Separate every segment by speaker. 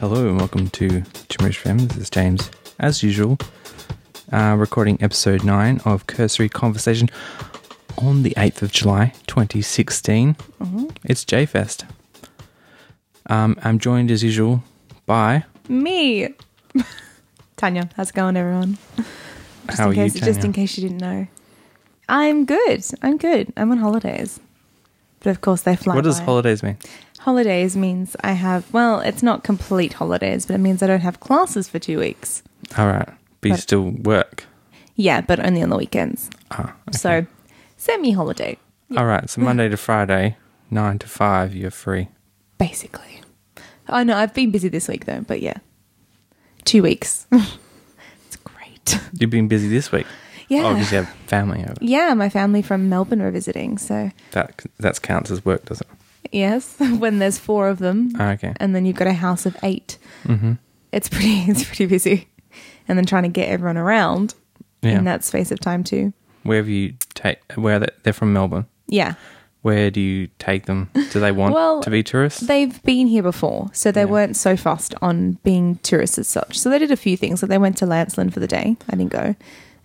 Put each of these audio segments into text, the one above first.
Speaker 1: Hello and welcome to Gimmerish Fam. This is James, as usual, uh, recording episode 9 of Cursory Conversation on the 8th of July 2016.
Speaker 2: Mm-hmm.
Speaker 1: It's J Fest. Um, I'm joined as usual by.
Speaker 2: Me. Tanya, how's it going, everyone? Just
Speaker 1: how
Speaker 2: in
Speaker 1: are you,
Speaker 2: case,
Speaker 1: Tanya?
Speaker 2: Just in case you didn't know. I'm good. I'm good. I'm on holidays. But of course, they fly.
Speaker 1: What does
Speaker 2: by.
Speaker 1: holidays mean?
Speaker 2: holidays means I have, well, it's not complete holidays, but it means I don't have classes for two weeks.
Speaker 1: All right. But you
Speaker 2: But-
Speaker 1: still work.
Speaker 2: Yeah, but only on the weekends.
Speaker 1: Ah,
Speaker 2: So, semi holiday,
Speaker 1: All right. So Monday to Friday, 9 to 5, you're free.
Speaker 2: basically. Oh, no, I've been busy this week, though, but yeah. Two weeks. it's great.
Speaker 1: You've been busy this week.
Speaker 2: Yeah.
Speaker 1: Oh, because you have family over.
Speaker 2: Yeah, my family from Melbourne were visiting, so
Speaker 1: That, that counts as work, doesn't it?
Speaker 2: Yes, when there's four of them.
Speaker 1: Ah, okay.
Speaker 2: And then you've got a house of 8 Mm-hmm. It's pretty. It's pretty busy, and then trying to get everyone around
Speaker 1: Yeah.
Speaker 2: in that space of time too.
Speaker 1: Where have you take? Where they, they're from Melbourne.
Speaker 2: Yeah,
Speaker 1: Where do you take them? Do they want
Speaker 2: Well,
Speaker 1: to be tourists?
Speaker 2: they've been here before, so they
Speaker 1: Yeah.
Speaker 2: weren't so fussed on being tourists as such. So they did a few things. Like they went to Lanceland for the day. I didn't go,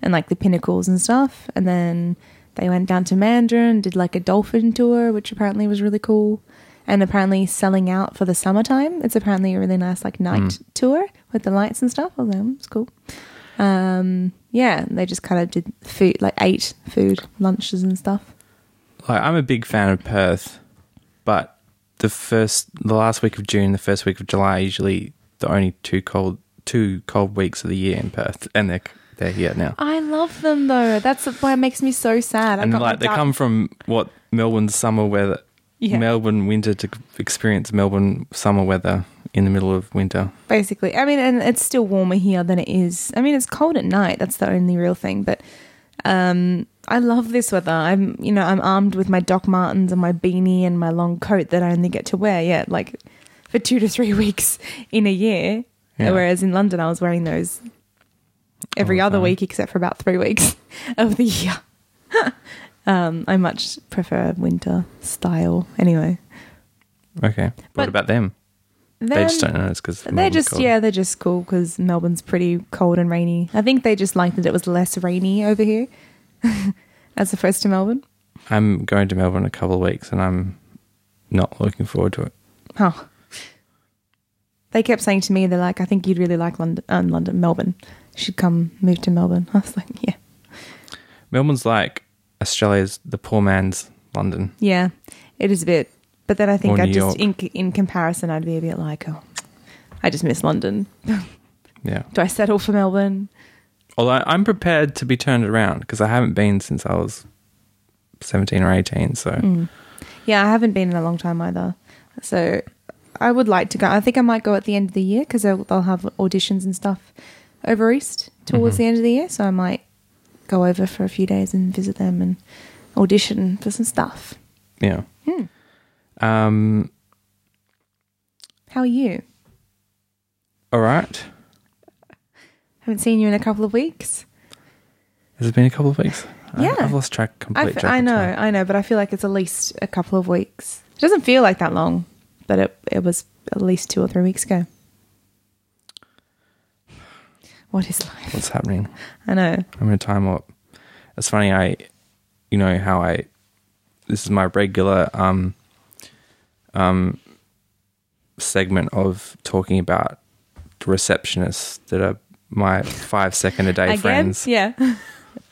Speaker 2: and like the pinnacles and stuff. And then they went down to Mandarin, did like a dolphin tour, which apparently was really cool. And apparently selling out for the summertime. It's apparently a really nice like night
Speaker 1: Hmm.
Speaker 2: tour with the lights and stuff. Although it's cool. Um, yeah, and they just kind of did food, like ate food, lunches and stuff.
Speaker 1: like, I'm a big fan of Perth, but the first, the last week of June, the first week of July, are usually the only two cold, two cold weeks of the year in Perth, and they're they're here now.
Speaker 2: I love them though. That's why it makes me so sad.
Speaker 1: and like they come from what Melbourne summer weather,
Speaker 2: Yeah.
Speaker 1: Melbourne winter to experience Melbourne summer weather in the middle of winter.
Speaker 2: basically. I mean, and it's still warmer here than it is. I mean, it's cold at night. That's the only real thing. But um, I love this weather. I'm, you know, I'm armed with my Doc Martens and my beanie and my long coat that I only get to wear, yeah, like for two to three weeks in a year.
Speaker 1: Yeah.
Speaker 2: Whereas in London, I was wearing those every
Speaker 1: All the
Speaker 2: other
Speaker 1: time.
Speaker 2: week except for about three weeks of the year. um, I much prefer winter style anyway.
Speaker 1: Okay, what
Speaker 2: But
Speaker 1: about them? they just
Speaker 2: Then-
Speaker 1: don't know it's because
Speaker 2: They're just yeah, they're just cool because Melbourne's pretty cold and rainy. I think they just liked that it was less rainy over here as opposed to Melbourne.
Speaker 1: I'm going to Melbourne in a couple of weeks and I'm not looking forward to it.
Speaker 2: Oh. They kept saying to me, they're like, I think you'd really like London, um, London, Melbourne. You should come move to Melbourne. I was like, yeah,
Speaker 1: Melbourne's like Australia's the poor man's London.
Speaker 2: yeah, it is a bit. But then I think
Speaker 1: Or
Speaker 2: I
Speaker 1: New
Speaker 2: just,
Speaker 1: York.
Speaker 2: in, in comparison, I'd be a bit like, oh, I just miss London.
Speaker 1: Yeah.
Speaker 2: Do I settle for Melbourne?
Speaker 1: Although I'm prepared to be turned around because I haven't been since I was 17 or 18. So
Speaker 2: Mm. Yeah, I haven't been in a long time either. So I would like to go. I think I might go at the end of the year because they'll, they'll have auditions and stuff over East
Speaker 1: Mm-hmm.
Speaker 2: towards the end of the year. So I might go over for a few days and visit them and audition for some stuff.
Speaker 1: yeah.
Speaker 2: Hmm.
Speaker 1: Um,
Speaker 2: How are you?
Speaker 1: all right.
Speaker 2: Haven't seen you in a couple of weeks.
Speaker 1: Has it been a couple of weeks? I-
Speaker 2: Yeah.
Speaker 1: I've lost track
Speaker 2: I,
Speaker 1: completely.
Speaker 2: f- I know, I know, but I feel like it's at least a couple of weeks. It doesn't feel like that long, but it it was at least two or three weeks ago. What is life?
Speaker 1: What's happening?
Speaker 2: I know.
Speaker 1: I'm going to time up. It's funny. I, you know how I, this is my regular um, um, segment of talking about the receptionists that are my five second a day
Speaker 2: Again,
Speaker 1: friends.
Speaker 2: yeah.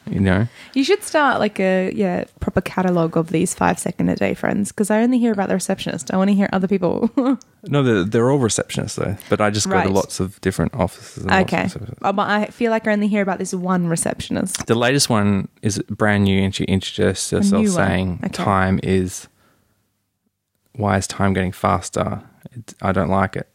Speaker 1: You know,
Speaker 2: You should start like a yeah proper catalog of these five second a day friends because I only hear about the receptionist. I want to hear other people. Um,
Speaker 1: no, they're, they're all receptionists though. But I just go
Speaker 2: Right.
Speaker 1: to lots of different offices. And lots
Speaker 2: okay,
Speaker 1: of stuff.
Speaker 2: Uh, but I feel like I only hear about this one receptionist.
Speaker 1: The latest one is brand new, and she introduced herself
Speaker 2: new one.
Speaker 1: saying,
Speaker 2: Okay.
Speaker 1: "Time is why is time getting faster? It, I don't like it."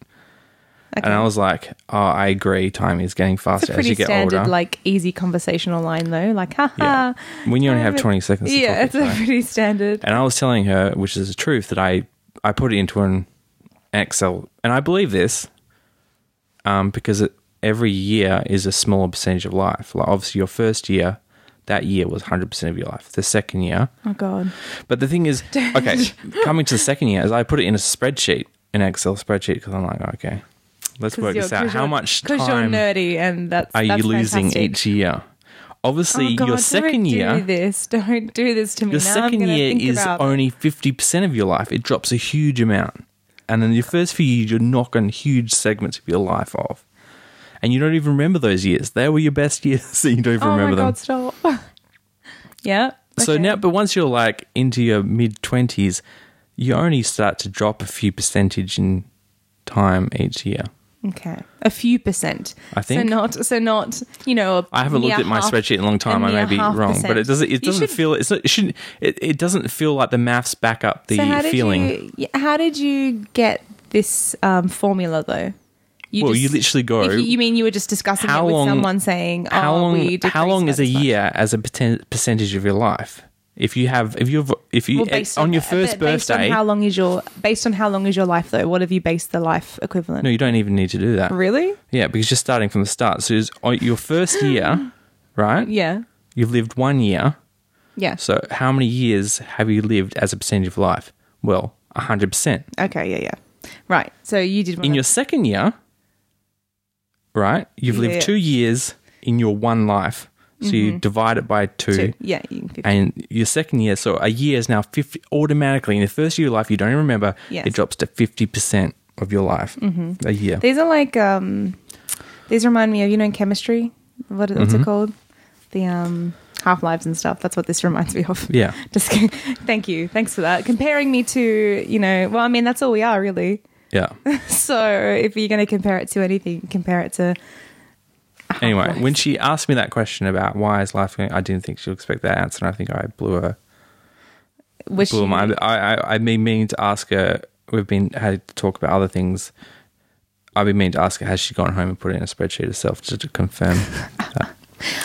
Speaker 2: Okay,
Speaker 1: And I was like, oh, I agree. Time is getting
Speaker 2: it's
Speaker 1: faster as
Speaker 2: a pretty
Speaker 1: you get
Speaker 2: standard,
Speaker 1: older.
Speaker 2: like easy conversational line though. Like, haha.
Speaker 1: Yeah. When you only have 20 seconds to
Speaker 2: um, Yeah,
Speaker 1: talk,
Speaker 2: it's a
Speaker 1: so-
Speaker 2: pretty standard.
Speaker 1: And I was telling her, which is the truth, that I, I put it into an Excel. And I believe this um, because it, every year is a smaller percentage of life. Like, obviously, your first year, that year was 100% of your life. The second year,
Speaker 2: Oh god.
Speaker 1: But the thing is, okay, coming to the second year, is I put it in a spreadsheet, an Excel spreadsheet, because I'm like, okay, Let's
Speaker 2: 'Cause
Speaker 1: work
Speaker 2: you're-
Speaker 1: this out.
Speaker 2: 'cause
Speaker 1: How
Speaker 2: you're-
Speaker 1: much
Speaker 2: 'cause you're
Speaker 1: time
Speaker 2: nerdy, and that's
Speaker 1: are you
Speaker 2: that's
Speaker 1: losing
Speaker 2: fantastic.
Speaker 1: each year? Obviously,
Speaker 2: Oh, God,
Speaker 1: your
Speaker 2: don't
Speaker 1: second
Speaker 2: do
Speaker 1: year,
Speaker 2: this. Don't do this to me.
Speaker 1: your
Speaker 2: Now I'm
Speaker 1: second
Speaker 2: gonna
Speaker 1: year
Speaker 2: think
Speaker 1: is
Speaker 2: about-
Speaker 1: only fifty percent of your life. It drops a huge amount, and then your first few years, you're knocking huge segments of your life off, and you don't even remember those years. They were your best years, so you don't even
Speaker 2: Oh my
Speaker 1: remember them.
Speaker 2: God! Stop. yeah.
Speaker 1: So
Speaker 2: okay.
Speaker 1: now, but once you're like into your mid twenties, you only start to drop a few percentage in time each year.
Speaker 2: Okay, a few percent.
Speaker 1: I think.
Speaker 2: so. Not so. Not you know. A
Speaker 1: I haven't looked
Speaker 2: mere
Speaker 1: at my
Speaker 2: half-
Speaker 1: spreadsheet in a long time.
Speaker 2: a
Speaker 1: I may
Speaker 2: mere
Speaker 1: be
Speaker 2: half
Speaker 1: wrong, but
Speaker 2: percent.
Speaker 1: it doesn't. It
Speaker 2: You
Speaker 1: doesn't
Speaker 2: should-
Speaker 1: feel. It's not, it shouldn't. It, it doesn't feel like the maths back up the
Speaker 2: so how did
Speaker 1: feeling.
Speaker 2: You, yeah, how did you get this um, formula though? You
Speaker 1: Well, you literally go,
Speaker 2: If You, you mean you were just discussing it
Speaker 1: how
Speaker 2: with
Speaker 1: long-
Speaker 2: someone saying,
Speaker 1: how
Speaker 2: oh,
Speaker 1: long?
Speaker 2: We
Speaker 1: how long is
Speaker 2: decreased
Speaker 1: a
Speaker 2: by this much.
Speaker 1: year as a perten- percentage of your life? If you have, if you've, if you eh,
Speaker 2: Well,
Speaker 1: on,
Speaker 2: based
Speaker 1: your
Speaker 2: but
Speaker 1: first
Speaker 2: based on
Speaker 1: birthday,
Speaker 2: how long is your based on how long is your life though? What have you based the life equivalent?
Speaker 1: no, you don't even need to do that.
Speaker 2: Really?
Speaker 1: Yeah, because you're starting from the start. So it's on your first year, right?
Speaker 2: Yeah.
Speaker 1: You've lived one year.
Speaker 2: Yeah.
Speaker 1: So how many years have you lived as a percentage of life? Well, hundred percent.
Speaker 2: Okay. Yeah. Yeah. Right. So you did one
Speaker 1: in
Speaker 2: of-
Speaker 1: your second year, right? You've lived
Speaker 2: Yeah. Mm-hmm.
Speaker 1: two years in your one life, so you divide it by two,
Speaker 2: two. Yeah. You can fifty.
Speaker 1: and your second year. So a year is now fifty automatically. In the first year of life, you don't even remember.
Speaker 2: Yes. Mm-hmm.
Speaker 1: It drops to fifty percent of your life a year.
Speaker 2: These are like um, these remind me of you know in chemistry what what's
Speaker 1: Mm-hmm.
Speaker 2: it called the um half lives and stuff. That's what this reminds me of.
Speaker 1: yeah,
Speaker 2: Just kidding. thank you, thanks for that. Comparing me to you know well I mean that's all we are really.
Speaker 1: yeah.
Speaker 2: Oh, So if you're going to compare it to anything, compare it to
Speaker 1: anyway, when she asked me that question about why is life going, I didn't think she'll expect that answer. And I think I blew her.
Speaker 2: which
Speaker 1: Blew my, I, I, I've been meaning to ask her. We've been had to talk about other things. I've been meaning to ask her, has she gone home and put it in a spreadsheet herself just to confirm?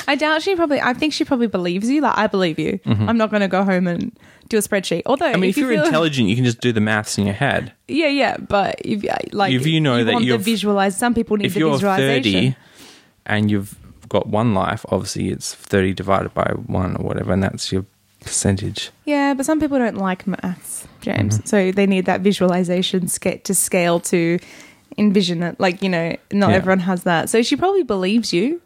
Speaker 2: I doubt she probably. I think she probably believes you. Like I believe you. I'm not going to go home and do a spreadsheet. Although,
Speaker 1: Mm-hmm. I mean, if,
Speaker 2: you
Speaker 1: you're
Speaker 2: feel-
Speaker 1: intelligent, you can just do the maths in your head.
Speaker 2: yeah, yeah. But if like
Speaker 1: If you know that
Speaker 2: want
Speaker 1: you're-
Speaker 2: the visualize, some people need
Speaker 1: if
Speaker 2: the
Speaker 1: you're
Speaker 2: visualization.
Speaker 1: 30 and you've got one life, obviously it's 30 divided by one or whatever, and that's your percentage.
Speaker 2: Yeah, but some people don't like maths, James.
Speaker 1: Mm-hmm.
Speaker 2: So they need that visualization sca- to scale to envision it. Like you know, not
Speaker 1: Yeah.
Speaker 2: everyone has that. So she probably believes you.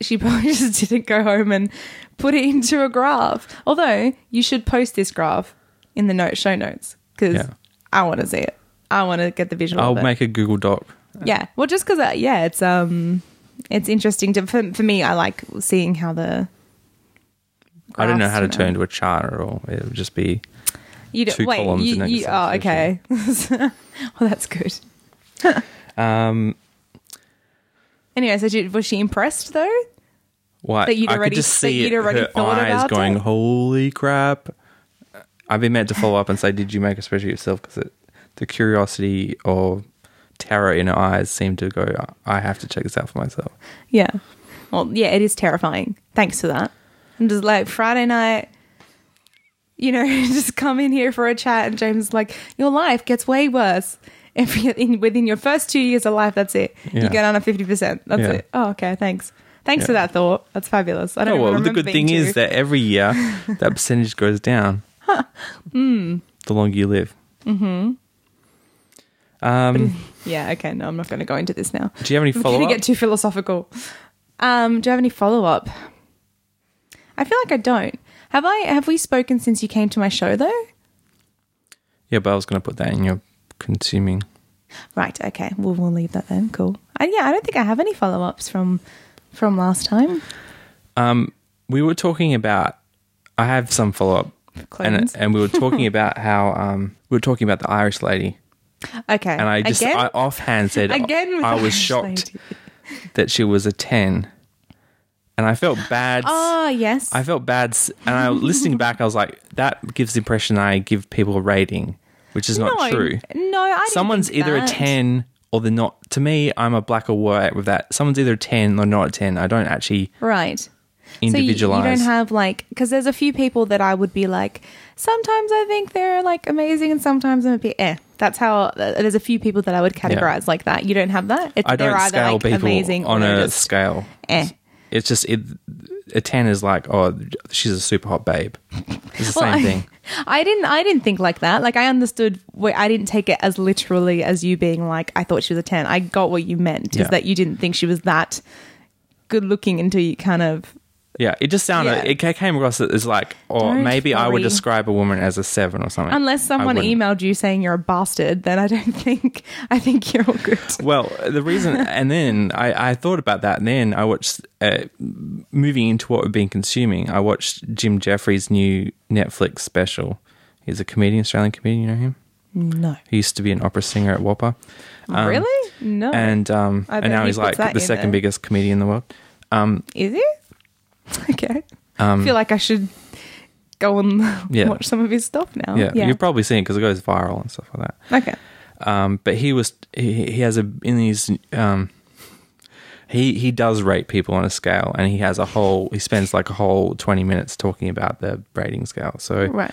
Speaker 2: She probably just didn't go home and put it into a graph. Although you should post this graph in the note show notes because
Speaker 1: Yeah.
Speaker 2: I want to see it. I want to get the visual.
Speaker 1: I'll
Speaker 2: of it.
Speaker 1: make a Google Doc.
Speaker 2: yeah. Well, just because uh, yeah, it's um, it's interesting to for, for me. I like seeing how the.
Speaker 1: I don't know
Speaker 2: graphs
Speaker 1: how to
Speaker 2: and-
Speaker 1: turn into a chart at all. It would just be.
Speaker 2: You don't,
Speaker 1: two
Speaker 2: wait,
Speaker 1: columns
Speaker 2: you,
Speaker 1: in that
Speaker 2: you, oh, okay. well, that's good.
Speaker 1: Um,
Speaker 2: Anyway, so she, was she impressed though?
Speaker 1: what?
Speaker 2: That you'd
Speaker 1: I could
Speaker 2: already-
Speaker 1: just
Speaker 2: that
Speaker 1: see
Speaker 2: you'd
Speaker 1: it,
Speaker 2: already
Speaker 1: her
Speaker 2: thought
Speaker 1: eyes
Speaker 2: about
Speaker 1: going,
Speaker 2: it?
Speaker 1: holy crap. Uh, I've been meant to follow up and say, did you make a spreadsheet yourself? Because the curiosity or terror in her eyes seemed to go, I have to check this out for myself.
Speaker 2: Yeah. Well, yeah, it is terrifying. Thanks for that. I'm just like Friday night. You know, just come in here for a chat, and James is like, your life gets way worse. Every in, within your first two years of life, that's it.
Speaker 1: Yeah.
Speaker 2: You get down to fifty percent. That's
Speaker 1: Yeah.
Speaker 2: it. Oh, okay. Thanks. Thanks
Speaker 1: Yeah.
Speaker 2: for that thought. That's fabulous. I don't
Speaker 1: Oh,
Speaker 2: know.
Speaker 1: well, the good thing is
Speaker 2: that
Speaker 1: that every year that percentage goes down.
Speaker 2: Hmm.
Speaker 1: The longer you live. Mm-hmm. Um,
Speaker 2: yeah. Okay. No, I'm not going to go into this now.
Speaker 1: do you have any
Speaker 2: I'm
Speaker 1: follow
Speaker 2: gonna
Speaker 1: up?
Speaker 2: get too philosophical. Um, do you have any follow up? I feel like I don't. Have I? Have we spoken since you came to my show though?
Speaker 1: yeah, but I was going to put that in your consuming.
Speaker 2: Right. Okay. We'll we'll leave that then. Cool. I, yeah, I don't think I have any follow ups from from last time.
Speaker 1: Um, we were talking about. I have some follow up, and
Speaker 2: Clones.
Speaker 1: and we were talking about how um we were talking about the Irish lady,
Speaker 2: okay.
Speaker 1: and I just
Speaker 2: again,
Speaker 1: I offhand said
Speaker 2: again with
Speaker 1: I was
Speaker 2: Irish
Speaker 1: shocked
Speaker 2: lady.
Speaker 1: that she was a ten, and I felt bad.
Speaker 2: Oh yes.
Speaker 1: I felt bad, s- and I listening back, I was like, that gives the impression I give people a rating, which is not
Speaker 2: no,
Speaker 1: true.
Speaker 2: No. I didn't
Speaker 1: Someone's
Speaker 2: think
Speaker 1: either a
Speaker 2: that.
Speaker 1: ten or they're not. To me, I'm a black or white with that. Someone's either a ten or not a ten. I don't actually
Speaker 2: Right. So you- you,
Speaker 1: individualize.
Speaker 2: don't have like because there's a few people that I would be like. Sometimes I think they're like amazing, and sometimes I'm a bit eh. That's how uh, there's a few people that I would categorize like that. You don't have that. It's,
Speaker 1: I don't
Speaker 2: they're either,
Speaker 1: scale
Speaker 2: like,
Speaker 1: people
Speaker 2: amazing
Speaker 1: on
Speaker 2: or
Speaker 1: a
Speaker 2: they're just,
Speaker 1: scale.
Speaker 2: eh.
Speaker 1: It's just it, a ten is like, oh, she's a super hot babe. It's the
Speaker 2: Well,
Speaker 1: same
Speaker 2: I-
Speaker 1: thing.
Speaker 2: I didn't. I didn't think like that. Like I understood. Where, I didn't take it as literally as you being like, I thought she was a ten. I got what you meant
Speaker 1: Yeah.
Speaker 2: is that you didn't think she was that good looking until you kind of
Speaker 1: Yeah, it just sounded.
Speaker 2: Yeah.
Speaker 1: It ca- came across as like, or
Speaker 2: Don't
Speaker 1: maybe I would
Speaker 2: worry.
Speaker 1: describe a woman as a seven or something.
Speaker 2: Unless
Speaker 1: I
Speaker 2: someone
Speaker 1: wouldn't.
Speaker 2: emailed you saying you're a bastard, then I don't think I think you're all good.
Speaker 1: Well, the reason, and then I, I thought about that. And then I watched, uh, moving into what we've been consuming, I watched Jim Jeffries' new Netflix special. He's a comedian, Australian comedian. You know him?
Speaker 2: No,
Speaker 1: He used to be an opera singer at Whopper. Um,
Speaker 2: really? No,
Speaker 1: And um,
Speaker 2: Oh. I
Speaker 1: and
Speaker 2: bet
Speaker 1: now
Speaker 2: he
Speaker 1: he's
Speaker 2: puts
Speaker 1: like
Speaker 2: that
Speaker 1: the
Speaker 2: in
Speaker 1: second
Speaker 2: there.
Speaker 1: biggest comedian in the world. Um,
Speaker 2: is it? Okay, I feel like I should go and
Speaker 1: Yeah.
Speaker 2: watch some of his stuff now.
Speaker 1: yeah, you've probably seen it because it goes viral and stuff like that.
Speaker 2: okay.
Speaker 1: Um, but he was he, he has a in his um, he he does rate people on a scale, and he has a whole he spends like a whole twenty minutes talking about the rating scale. So
Speaker 2: Right.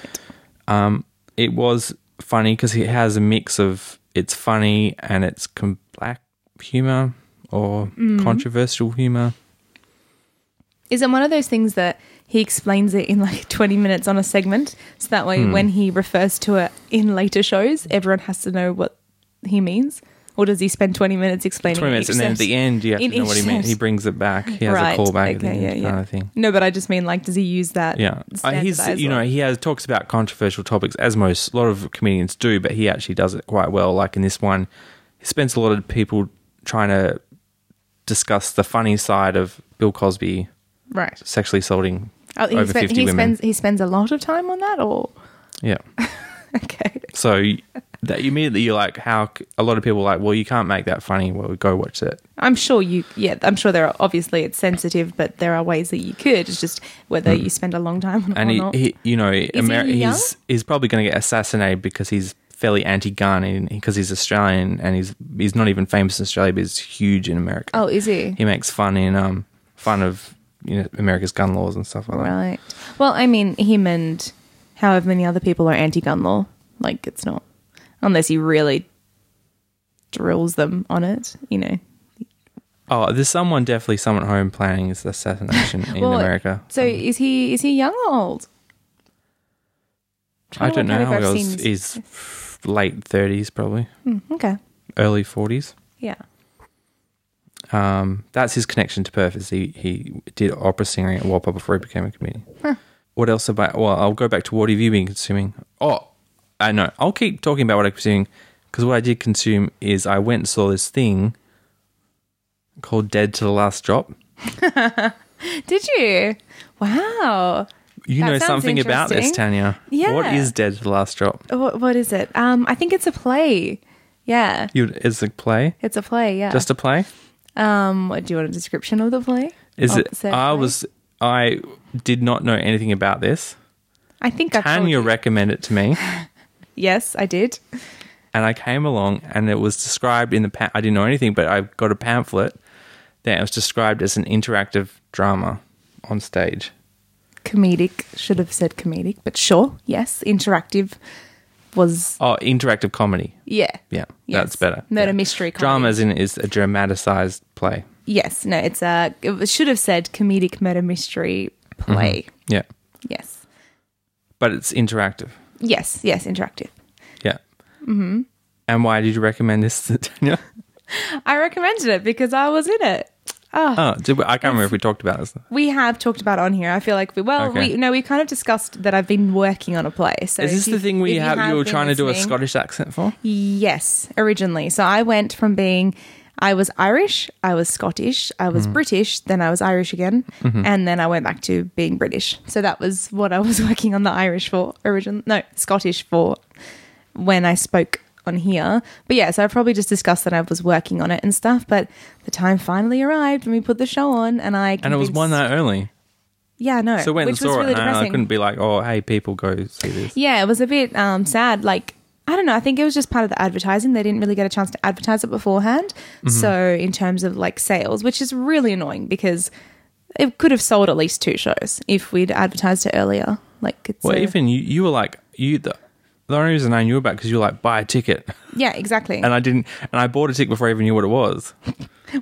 Speaker 1: um, it was funny because he has a mix of it's funny and it's com- black humor or
Speaker 2: Mm.
Speaker 1: controversial humor.
Speaker 2: Is it one of those things that he explains it in like 20 minutes on a segment? So that way,
Speaker 1: Hmm.
Speaker 2: when he refers to it in later shows, everyone has to know what he means? Or does he spend 20 minutes explaining
Speaker 1: Twenty minutes,
Speaker 2: each
Speaker 1: and then at
Speaker 2: set?
Speaker 1: the end, you have
Speaker 2: In
Speaker 1: to know
Speaker 2: each
Speaker 1: what he meant. He
Speaker 2: sense.
Speaker 1: brings it back. He has
Speaker 2: Right,
Speaker 1: a callback at the
Speaker 2: okay,
Speaker 1: end,
Speaker 2: yeah, yeah.
Speaker 1: kind of thing.
Speaker 2: No, but I just mean like, does he use that?
Speaker 1: Yeah, uh, he's
Speaker 2: standardise
Speaker 1: you know
Speaker 2: it?
Speaker 1: he has talks about controversial topics as most a lot of comedians do, but he actually does it quite well. Like in this one, he spends a lot of people trying to discuss the funny side of Bill Cosby
Speaker 2: right?
Speaker 1: sexually assaulting.
Speaker 2: Oh, he,
Speaker 1: Over
Speaker 2: spend-
Speaker 1: 50
Speaker 2: he
Speaker 1: women.
Speaker 2: spends he spends a lot of time on that, or
Speaker 1: Yeah,
Speaker 2: okay,
Speaker 1: so you- that immediately you're like, how c- a lot of people are like, well, you can't make that funny. Well, go watch it.
Speaker 2: I'm sure you. Yeah, I'm sure there are. Obviously, it's sensitive, but there are ways that you could. It's just whether you spend a long time on it
Speaker 1: Hmm. And
Speaker 2: or
Speaker 1: he,
Speaker 2: not.
Speaker 1: he you know, Ameri-
Speaker 2: young?
Speaker 1: he's he's probably going to get assassinated because he's fairly anti-gun because he's Australian and he's he's not even famous in Australia, but he's huge in America.
Speaker 2: oh, is he?
Speaker 1: he makes fun in um fun of you know America's gun laws and stuff like that.
Speaker 2: Right. Well, I mean, him and however many other people are anti-gun law. Like, it's not unless he really drills them on it. You know.
Speaker 1: Oh, there's someone definitely someone at home planning this assassination in
Speaker 2: Well,
Speaker 1: America.
Speaker 2: So is he? Is he young or old?
Speaker 1: I
Speaker 2: trying to
Speaker 1: don't
Speaker 2: work out
Speaker 1: know
Speaker 2: if
Speaker 1: how
Speaker 2: I've
Speaker 1: old
Speaker 2: seen Hmm,
Speaker 1: is is late 30s probably,
Speaker 2: Okay.
Speaker 1: early 40s.
Speaker 2: Yeah.
Speaker 1: Um, that's his connection to Perth. Is he he did opera singing at Walpole before he became a comedian. What else about? Well, I'll go back to what have you been consuming? Oh, I know. I'll keep talking about what I'm consuming because what I did consume is I went and saw this thing called Dead to the Last Drop.
Speaker 2: Did you? Wow.
Speaker 1: You
Speaker 2: That
Speaker 1: know
Speaker 2: sounds
Speaker 1: something about this,
Speaker 2: interesting.
Speaker 1: Tanya.
Speaker 2: Yeah.
Speaker 1: What is Dead to the Last Drop?
Speaker 2: What, what is it? Um, I think it's a play. Yeah,
Speaker 1: You, is it a play?
Speaker 2: it's a play. Yeah.
Speaker 1: Just a play?
Speaker 2: um, what, do you want a description of the play?
Speaker 1: Is
Speaker 2: Of
Speaker 1: it?
Speaker 2: said
Speaker 1: I
Speaker 2: play?
Speaker 1: was. I did not know anything about this.
Speaker 2: I think I told
Speaker 1: Tanya
Speaker 2: you.
Speaker 1: recommended it to me,
Speaker 2: Yes, I did.
Speaker 1: and I came along, and it was described in the. Pa- I didn't know anything, but I got a pamphlet that it was described as an interactive drama on stage.
Speaker 2: Comedic should have said comedic, but sure. Yes, interactive was
Speaker 1: Oh, interactive comedy.
Speaker 2: yeah.
Speaker 1: Yeah,
Speaker 2: Yes.
Speaker 1: that's better.
Speaker 2: Not
Speaker 1: Yeah.
Speaker 2: a mystery comedy.
Speaker 1: Drama is in is a dramatized play.
Speaker 2: Yes, no, it's a. It should have said comedic murder mystery play.
Speaker 1: Yeah,
Speaker 2: Yes,
Speaker 1: but it's interactive.
Speaker 2: yes, yes, interactive.
Speaker 1: Yeah. Mm-hmm. And why did you recommend this, to Tanya?
Speaker 2: I recommended it because I was in it. Oh,
Speaker 1: Oh, did we, I can't remember if we talked about this.
Speaker 2: We have talked about it on here. I feel like we well,
Speaker 1: Okay.
Speaker 2: we no, we kind of discussed that I've been working on a play. So
Speaker 1: Is this
Speaker 2: if you-
Speaker 1: the thing where
Speaker 2: if
Speaker 1: you, have, you were
Speaker 2: been
Speaker 1: trying to do a
Speaker 2: listening-
Speaker 1: Scottish accent for?
Speaker 2: Yes, originally. So I went from being I was Irish, I was Scottish, I
Speaker 1: Mm.
Speaker 2: was British, then I was Irish again,
Speaker 1: Mm-hmm.
Speaker 2: and then I went back to being British. So that was what I was working on the Irish for originally. No, Scottish for when I spoke on here. But yeah, so I probably just discussed that I was working on it and stuff, but the time finally arrived and we put the show on and I
Speaker 1: And it was
Speaker 2: convinced-
Speaker 1: one night only.
Speaker 2: Yeah, no.
Speaker 1: So uh, I went
Speaker 2: which
Speaker 1: and
Speaker 2: was
Speaker 1: saw
Speaker 2: really
Speaker 1: it, and I
Speaker 2: depressing.
Speaker 1: couldn't be like, oh, hey, people, go see this.
Speaker 2: Yeah, it was a bit um, sad. Like, I don't know. I think it was just part of the advertising. They didn't really get a chance to advertise it beforehand.
Speaker 1: Mm-hmm.
Speaker 2: So, in terms of like sales, which is really annoying because it could have sold at least two shows if we'd advertised it earlier. Like, it's
Speaker 1: Well,
Speaker 2: a-
Speaker 1: even you, you were like, you the, the only reason I knew about because you were like, buy a ticket,
Speaker 2: yeah, exactly.
Speaker 1: and I didn't, and I bought a ticket before I even knew what it was. so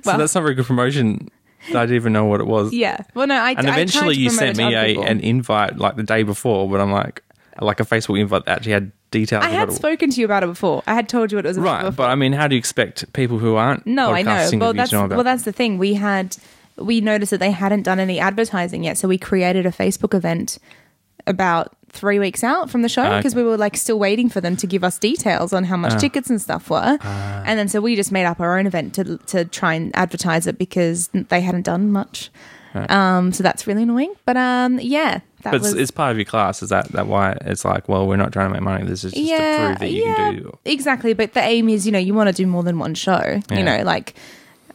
Speaker 2: Well-
Speaker 1: that's not very good promotion. that I didn't even know what it was.
Speaker 2: yeah. Well, no, I
Speaker 1: And
Speaker 2: I tried
Speaker 1: eventually,
Speaker 2: to
Speaker 1: you
Speaker 2: promote it
Speaker 1: sent
Speaker 2: to
Speaker 1: me
Speaker 2: other
Speaker 1: a,
Speaker 2: people.
Speaker 1: an invite like the day before, but I'm like, like a Facebook invite that actually had details.
Speaker 2: I
Speaker 1: of
Speaker 2: had
Speaker 1: what it-
Speaker 2: spoken to you about it before. I had told you what it was about
Speaker 1: right,
Speaker 2: before.
Speaker 1: but I mean, how do you expect people who aren't
Speaker 2: No, I know.
Speaker 1: podcasting
Speaker 2: Well,
Speaker 1: reviews
Speaker 2: that's
Speaker 1: to know about?
Speaker 2: well, that's the thing. We had we noticed that they hadn't done any advertising yet, so we created a Facebook event about three weeks out from the show
Speaker 1: Ah,
Speaker 2: because we were like still waiting for them to give us details on how much tickets and stuff were,
Speaker 1: Ah.
Speaker 2: and then so we just made up our own event to to try and advertise it because they hadn't done much. Um, so that's really annoying. But um, yeah, that
Speaker 1: Ah. but
Speaker 2: was
Speaker 1: it's, it's part of your class. Is that that why it's like? Well, we're not trying to make money. This is just to prove that you can do.
Speaker 2: Exactly. But the aim is, you know, you want to do more than one show.
Speaker 1: Yeah.
Speaker 2: You know, like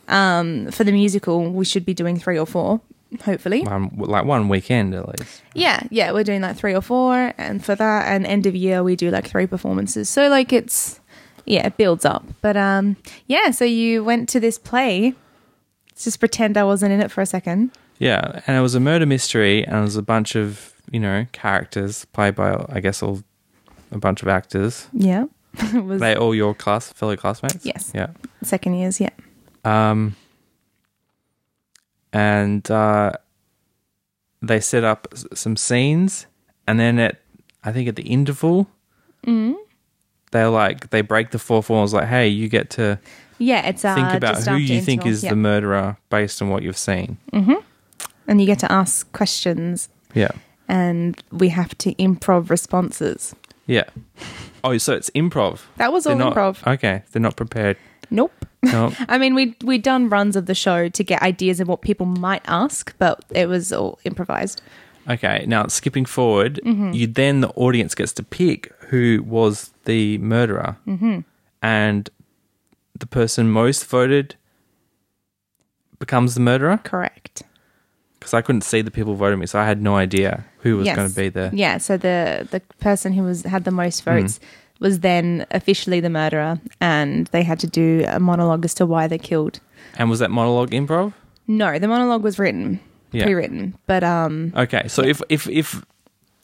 Speaker 2: um, for the musical, we should be doing three or four, hopefully.
Speaker 1: Um, like one weekend at least.
Speaker 2: Yeah, yeah, we're doing like three or four. And for that, and end of year, we do like three performances. So, like, it's, yeah, it builds up. But um, yeah, so you went to this play. Let's just pretend I wasn't in it for a second.
Speaker 1: Yeah, and it was a murder mystery, and it was a bunch of you know characters played by I guess all a bunch of actors.
Speaker 2: Yeah. It was
Speaker 1: Are they all your class fellow classmates?
Speaker 2: Yes.
Speaker 1: Yeah.
Speaker 2: second years, yeah.
Speaker 1: Um, and uh, they set up s- some scenes, and then at I think at the interval,
Speaker 2: Mm-hmm.
Speaker 1: they're like they break the fourth wall. It's like, hey, you get to
Speaker 2: Yeah, it's uh,
Speaker 1: think about
Speaker 2: just
Speaker 1: who
Speaker 2: after
Speaker 1: you think
Speaker 2: interval.
Speaker 1: is
Speaker 2: Yeah.
Speaker 1: the murderer based on what you've seen.
Speaker 2: and you get to ask questions
Speaker 1: Yeah,
Speaker 2: and we have to improv responses.
Speaker 1: yeah. Oh, so it's improv.
Speaker 2: That was all
Speaker 1: They're not-
Speaker 2: improv.
Speaker 1: Okay, they're not prepared.
Speaker 2: Nope.
Speaker 1: No,
Speaker 2: I mean, we we'd done runs of the show to get ideas of what people might ask, but it was all improvised.
Speaker 1: okay. Now skipping forward,
Speaker 2: Mm-hmm.
Speaker 1: you then the audience gets to pick who was the murderer, mm-hmm. and the person most voted becomes the murderer.
Speaker 2: Correct.
Speaker 1: Because I couldn't see the people voting me, so I had no idea who was
Speaker 2: Yes.
Speaker 1: going to be there.
Speaker 2: Yeah. So the the person who was had the most
Speaker 1: Mm-hmm.
Speaker 2: votes was then officially the murderer, and they had to do a monologue as to why they killed.
Speaker 1: And was that monologue improv?
Speaker 2: No, the monologue was written,
Speaker 1: Yeah.
Speaker 2: pre-written, but um,
Speaker 1: Okay, so if if if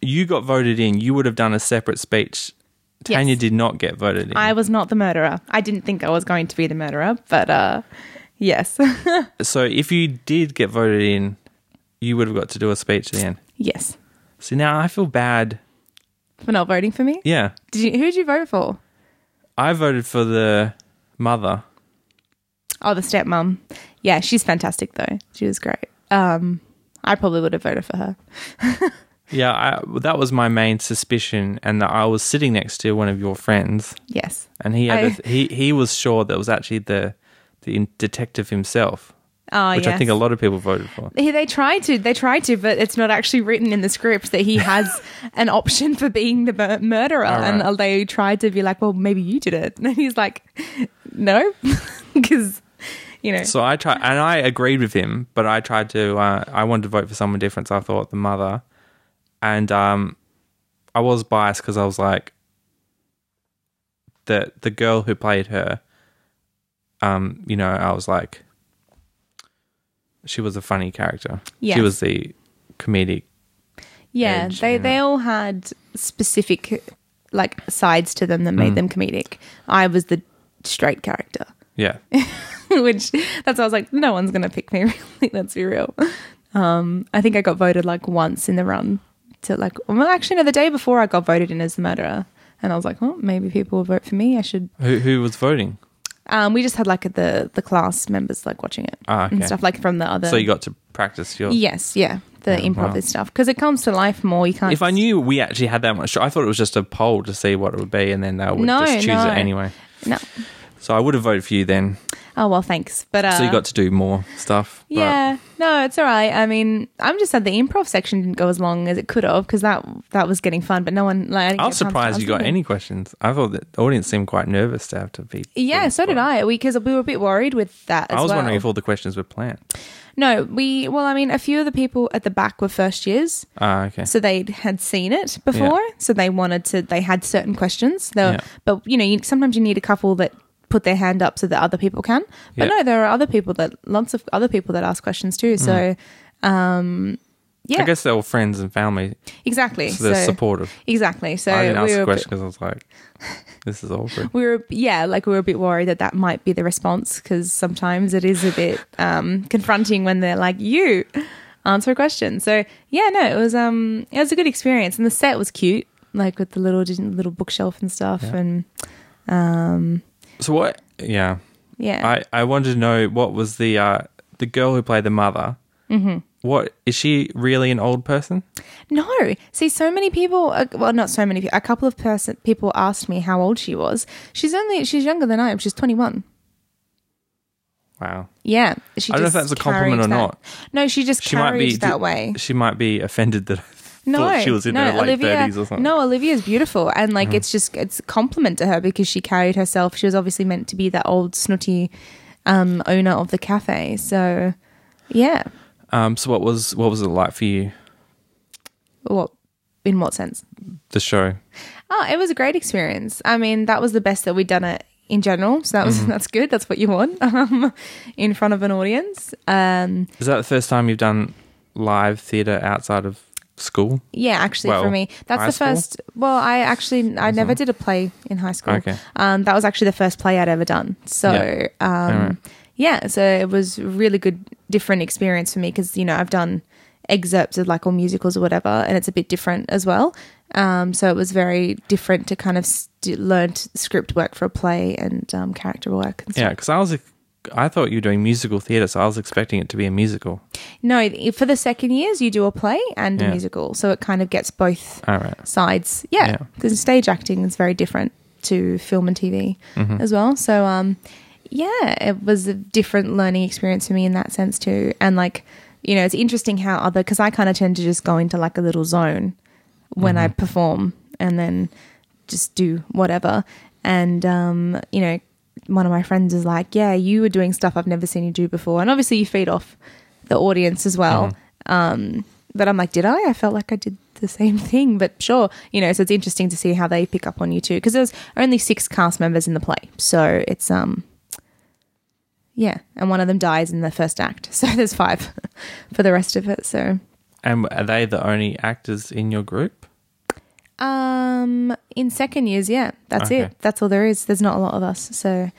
Speaker 1: you got voted in, you would have done a separate speech.
Speaker 2: Yes.
Speaker 1: Tanya did not get voted in.
Speaker 2: I was not the murderer. I didn't think I was going to be the murderer, but uh, yes,
Speaker 1: so if you did get voted in, you would have got to do a speech at the end.
Speaker 2: yes,
Speaker 1: See, now I feel bad.
Speaker 2: for not voting for me.
Speaker 1: Yeah,
Speaker 2: Did you? Who did you vote for?
Speaker 1: I voted for the mother.
Speaker 2: Oh, the stepmom. Yeah, she's fantastic though. She was great. Um, I probably would have voted for her.
Speaker 1: Yeah, I, that was my main suspicion, and that I was sitting next to one of your friends,
Speaker 2: Yes.
Speaker 1: and he had a
Speaker 2: I-
Speaker 1: th- he he was sure that it was actually the the in- detective himself,
Speaker 2: Oh,
Speaker 1: which I think a lot of people voted for.
Speaker 2: He- they tried to, they tried to, but it's not actually written in the script that he has an option for being the mur- murderer.
Speaker 1: All right.
Speaker 2: And uh, they tried to be like, well, maybe you did it. And he's like, no, because, you know,
Speaker 1: So I tried, and I agreed with him, but I tried to. Uh, I wanted to vote for someone different. So I thought the mother, and um, I was biased because I was like, the the girl who played her, um, you know, I was like, she was a funny character.
Speaker 2: Yes.
Speaker 1: She was the comedic.
Speaker 2: yeah,
Speaker 1: edge,
Speaker 2: they,
Speaker 1: yeah.
Speaker 2: they all had specific like sides to them that
Speaker 1: Mm.
Speaker 2: made them comedic. I was the straight character.
Speaker 1: Yeah,
Speaker 2: which that's why I was like, no one's gonna pick me. Really, let's be real. Um, I think I got voted like once in the run to like, well, actually, no, the day before I got voted in as the murderer, and I was like, oh, maybe people will vote for me. I should.
Speaker 1: who who was voting?
Speaker 2: Um, we just had like the the class members like watching it
Speaker 1: Ah, okay.
Speaker 2: and stuff like from the other.
Speaker 1: So you got to practice your.
Speaker 2: yes, yeah, the
Speaker 1: Yeah,
Speaker 2: improv
Speaker 1: wow.
Speaker 2: and stuff because it comes to life more. You can't.
Speaker 1: If I knew we actually had that much, I thought it was just a poll to see what it would be, and then they would
Speaker 2: No,
Speaker 1: just choose
Speaker 2: no.
Speaker 1: it anyway.
Speaker 2: no.
Speaker 1: So I would have voted for you then.
Speaker 2: Oh well, thanks. But uh,
Speaker 1: so you got to do more stuff. But
Speaker 2: Yeah, no, it's all right. I mean, I'm just sad the improv section didn't go as long as it could have because that that was getting fun. But no one like. I, didn't
Speaker 1: I
Speaker 2: get
Speaker 1: was
Speaker 2: time to
Speaker 1: surprised
Speaker 2: ask
Speaker 1: you got
Speaker 2: them.
Speaker 1: any questions. I thought that the audience seemed quite nervous to have to be.
Speaker 2: Yeah, so did I. Because we, were a bit worried with that. As
Speaker 1: I was
Speaker 2: well.
Speaker 1: wondering if all the questions were planned.
Speaker 2: no, we well, I mean, a few of the people at the back were first years,
Speaker 1: Ah, okay.
Speaker 2: so they had seen it before, so they wanted to. They had certain questions, they were,
Speaker 1: Yeah.
Speaker 2: but you know, you, sometimes you need a couple that put their hand up so that other people can. But
Speaker 1: Yeah.
Speaker 2: no, there are other people that lots of other people that ask questions too.
Speaker 1: Mm.
Speaker 2: So, um, yeah,
Speaker 1: I guess they were friends and family,
Speaker 2: exactly.
Speaker 1: so they're
Speaker 2: So-
Speaker 1: supportive.
Speaker 2: Exactly. So
Speaker 1: I didn't ask
Speaker 2: we were,
Speaker 1: the
Speaker 2: a bit-
Speaker 1: question because I was like, this is awkward.
Speaker 2: we were, yeah, like we were a bit worried that that might be the response because sometimes it is a bit um, confronting when they're like, "You answer a question." So yeah, no, it was um, it was a good experience, and the set was cute. like with the little little bookshelf and stuff,
Speaker 1: Yeah.
Speaker 2: and um,
Speaker 1: So what? Yeah,
Speaker 2: yeah,
Speaker 1: I I wanted to know what was the uh the girl who played the mother.
Speaker 2: mm-hmm.
Speaker 1: What is she really an old person?
Speaker 2: No, see, so many people. uh, Well, not so many. people. A couple of person people asked me how old she was. She's only she's younger than I am. She's twenty one.
Speaker 1: Wow,
Speaker 2: Yeah, she.
Speaker 1: I don't know if
Speaker 2: just
Speaker 1: that's a compliment
Speaker 2: carried
Speaker 1: or
Speaker 2: that-
Speaker 1: not.
Speaker 2: No, she just
Speaker 1: She might
Speaker 2: carried
Speaker 1: be
Speaker 2: that way.
Speaker 1: She might be offended that I
Speaker 2: No,
Speaker 1: thought she was in
Speaker 2: no,
Speaker 1: her late
Speaker 2: Olivia,
Speaker 1: thirties or something. Mm-hmm.
Speaker 2: No, Olivia's beautiful, and like it's just it's a compliment to her because she carried herself. She was obviously meant to be that old snooty um, owner of the cafe. So, yeah.
Speaker 1: Um. So what was what was it like for you?
Speaker 2: What in what sense?
Speaker 1: The show.
Speaker 2: Oh, it was a great experience. I mean, that was the best that we'd done it in general. So that was
Speaker 1: Mm-hmm.
Speaker 2: that's good. That's what you want um, in front of an audience. Um,
Speaker 1: Is that the first time you've done live theatre outside of school?
Speaker 2: yeah, actually, for
Speaker 1: Well,
Speaker 2: me, that's
Speaker 1: high
Speaker 2: the
Speaker 1: school?
Speaker 2: first. Well, I actually I never did a play in high school.
Speaker 1: Okay.
Speaker 2: Um, that was actually the first play I'd ever done. So
Speaker 1: Yeah.
Speaker 2: um,
Speaker 1: Alright.
Speaker 2: yeah, so it was a really good different experience for me because you know I've done excerpts of like all musicals or whatever, and it's a bit different as well. Um, so it was very different to kind of st- learned script work for a play and um, character work. And stuff.
Speaker 1: Yeah, because I was. I thought you were doing musical theatre, so I was expecting it to be a musical.
Speaker 2: No, for the second years you do a play and a
Speaker 1: Yeah.
Speaker 2: musical, so it kind of gets both
Speaker 1: All right.
Speaker 2: sides. Yeah,
Speaker 1: Yeah.
Speaker 2: because stage acting is very different to film and TV as well. So, um, yeah, it was a different learning experience for me in that sense too. And like, you know, it's interesting how other because I kind of tend to just go into like a little zone when I perform and then just do whatever. And um, you know, one of my friends is like, "Yeah, you were doing stuff I've never seen you do before," and obviously you feed off the audience as well. Um, but I'm like, did I? I felt like I did the same thing, but sure, you know. So it's interesting to see how they pick up on you too, because there's only six cast members in the play, so it's um, yeah, and one of them dies in the first act, so there's five for the rest of it. So,
Speaker 1: And are they the only actors in your group?
Speaker 2: um, in second years, yeah, that's
Speaker 1: Okay.
Speaker 2: it. That's all there is. There's not a lot of us, so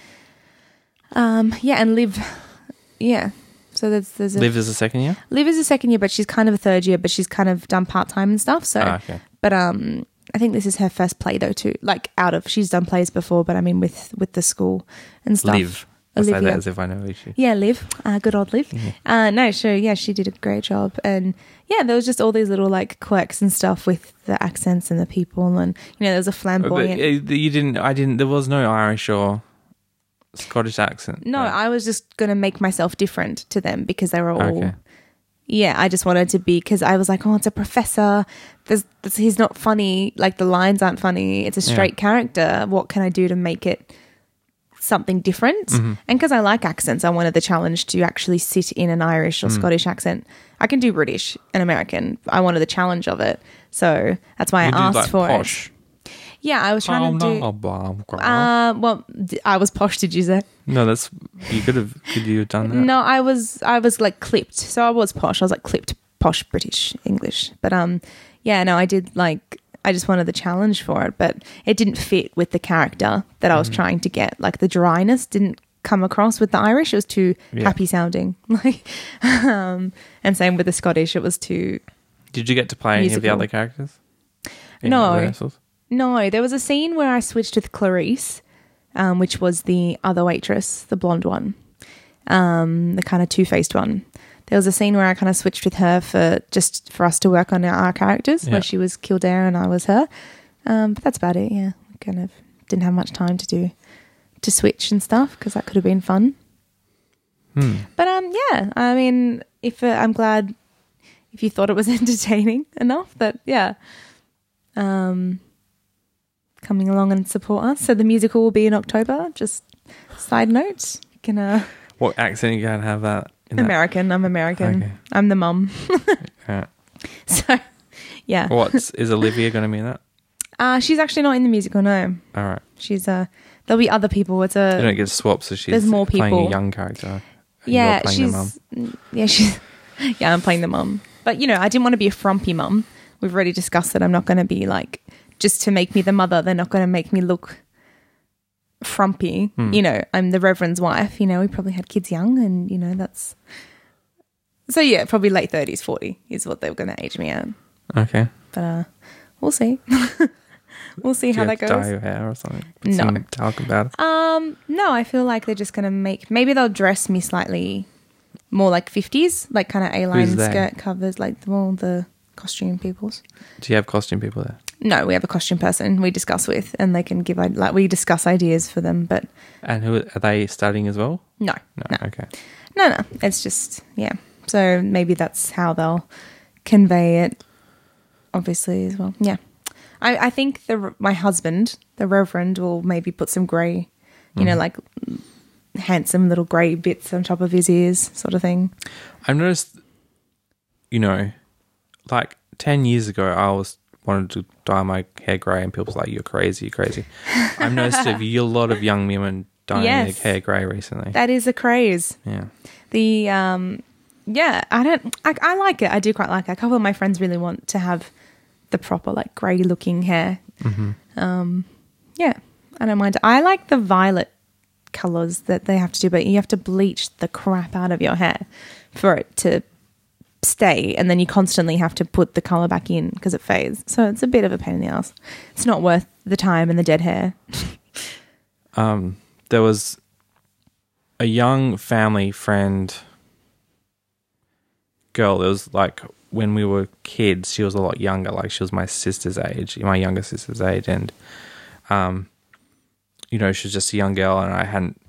Speaker 2: um, yeah, and live, yeah. So there's there's a,
Speaker 1: Liv is the second year.
Speaker 2: Liv is a second year, but she's kind of a third year, but she's kind of done part time and stuff. So,
Speaker 1: Ah, okay.
Speaker 2: but um, I think this is her first play though too. Like out of she's done plays before, but I mean with with the school and stuff.
Speaker 1: Liv. I say that
Speaker 2: Olivia.
Speaker 1: as if I know who she.
Speaker 2: Yeah, Liv. Uh, good old Liv. Uh, no, sure. Yeah, she did a great job. And yeah, there was just all these little like quirks and stuff with the accents and the people. And, you know, there was a
Speaker 1: But uh,
Speaker 2: flamboyant.
Speaker 1: you didn't. I didn't. There was no Irish or Scottish accent.
Speaker 2: no,
Speaker 1: Like,
Speaker 2: I was just going to make myself different to them because they were all
Speaker 1: okay.
Speaker 2: yeah, I just wanted to be because I was like, oh, it's a professor. There's, this, he's not funny. Like the lines aren't funny. It's a
Speaker 1: Yeah.
Speaker 2: straight character. What can I do to make it something different?
Speaker 1: Mm-hmm.
Speaker 2: And because I like accents, I wanted the challenge to actually sit in an Irish or
Speaker 1: Mm.
Speaker 2: Scottish accent. I can do British and American. I wanted the challenge of it, so that's why
Speaker 1: You
Speaker 2: I
Speaker 1: did,
Speaker 2: asked
Speaker 1: like,
Speaker 2: for
Speaker 1: posh. oh,
Speaker 2: it. Yeah, I was trying to do. Uh, well, d- I was posh. Did you say?
Speaker 1: no, that's you could have. Could you have done that?
Speaker 2: No, I was I was like clipped. So I was posh. I was like clipped posh British English. But um yeah, no, I did like I just wanted the challenge for it, but it didn't fit with the character that I
Speaker 1: Mm-hmm.
Speaker 2: was trying to get. Like the dryness didn't come across with the Irish. It was too
Speaker 1: Yeah.
Speaker 2: happy sounding. Like um and same with the Scottish, it was too
Speaker 1: Did you get to play any of the
Speaker 2: Musical.
Speaker 1: other characters?
Speaker 2: No.
Speaker 1: the rehearsals?
Speaker 2: No, there was a scene where I switched with Clarice, um, which was the other waitress, the blonde one, um, the kind of two faced one. There was a scene where I kind of switched with her for just for us to work on our, our characters,
Speaker 1: Yeah.
Speaker 2: where she was Kildare and I was her. Um, but that's about it. Yeah, we kind of didn't have much time to do to switch and stuff because that could have been fun.
Speaker 1: Hmm.
Speaker 2: But um, yeah, I mean, if uh, I'm glad if you thought it was entertaining enough that yeah, um, coming along and support us. So the musical will be in October. Just side note, you can uh,
Speaker 1: What accent you gonna have that? In that?
Speaker 2: American. I'm American.
Speaker 1: Okay.
Speaker 2: I'm the mum.
Speaker 1: Alright.
Speaker 2: So yeah,
Speaker 1: What's is Olivia gonna be in that?
Speaker 2: uh, she's actually not in the musical. No,
Speaker 1: All right.
Speaker 2: she's uh, there'll be other people. It's
Speaker 1: They
Speaker 2: a
Speaker 1: don't get to swap, so she's
Speaker 2: Uh, there's more
Speaker 1: playing
Speaker 2: people.
Speaker 1: a young character. and you're
Speaker 2: yeah,
Speaker 1: playing the mum.
Speaker 2: she's yeah, she's yeah, I'm playing the mum. But you know, I didn't want to be a frumpy mum. We've already discussed that I'm not going to be like just to make me the mother. They're not going to make me look frumpy.
Speaker 1: Hmm.
Speaker 2: You know, I'm the reverend's wife. You know, we probably had kids young, and you know that's so yeah, probably late thirties, forty is what they were going to age me at.
Speaker 1: Okay.
Speaker 2: But uh, we'll see. We'll see
Speaker 1: Do
Speaker 2: how
Speaker 1: you
Speaker 2: that
Speaker 1: have to dye
Speaker 2: goes.
Speaker 1: your hair or something?
Speaker 2: No.
Speaker 1: Some talk about it.
Speaker 2: Um, no, I feel like they're just gonna make. Maybe they'll dress me slightly more like fifties, like kind of A-line
Speaker 1: they?
Speaker 2: skirt covers, like the- all the costume peoples.
Speaker 1: Do you have costume people there?
Speaker 2: No, we have a costume person we discuss with, and they can give i- like we discuss ideas for them. But
Speaker 1: And who are they studying as well?
Speaker 2: no,
Speaker 1: No.
Speaker 2: no,
Speaker 1: Okay.
Speaker 2: no, no. It's just yeah. So maybe that's how they'll convey it. Obviously, as well. Yeah, I, I think the my husband, the Reverend, will maybe put some grey, you know, like handsome little grey bits on top of his ears, sort of thing.
Speaker 1: I've noticed, you know, like 10 years ago, I always wanted to dye my hair grey, and people were like, you're crazy, you're crazy. I've noticed a y- lot of young women dyeing
Speaker 2: Yes.
Speaker 1: their hair grey recently.
Speaker 2: That is a craze.
Speaker 1: yeah.
Speaker 2: the um yeah i don't I, I like it i do quite like it a couple of my friends really want to have the proper like grey looking hair
Speaker 1: Mm-hmm.
Speaker 2: um yeah i don't mind i like the violet colors that they have to do but you have to bleach the crap out of your hair for it to stay and then you constantly have to put the color back in because it fades so it's a bit of a pain in the ass it's not worth the time and the dead hair
Speaker 1: um, there was a young family friend girl. It was like when we were kids, she was a lot younger. Like she was my sister's age, my younger sister's age, and um, you know, she was just a young girl, and I hadn't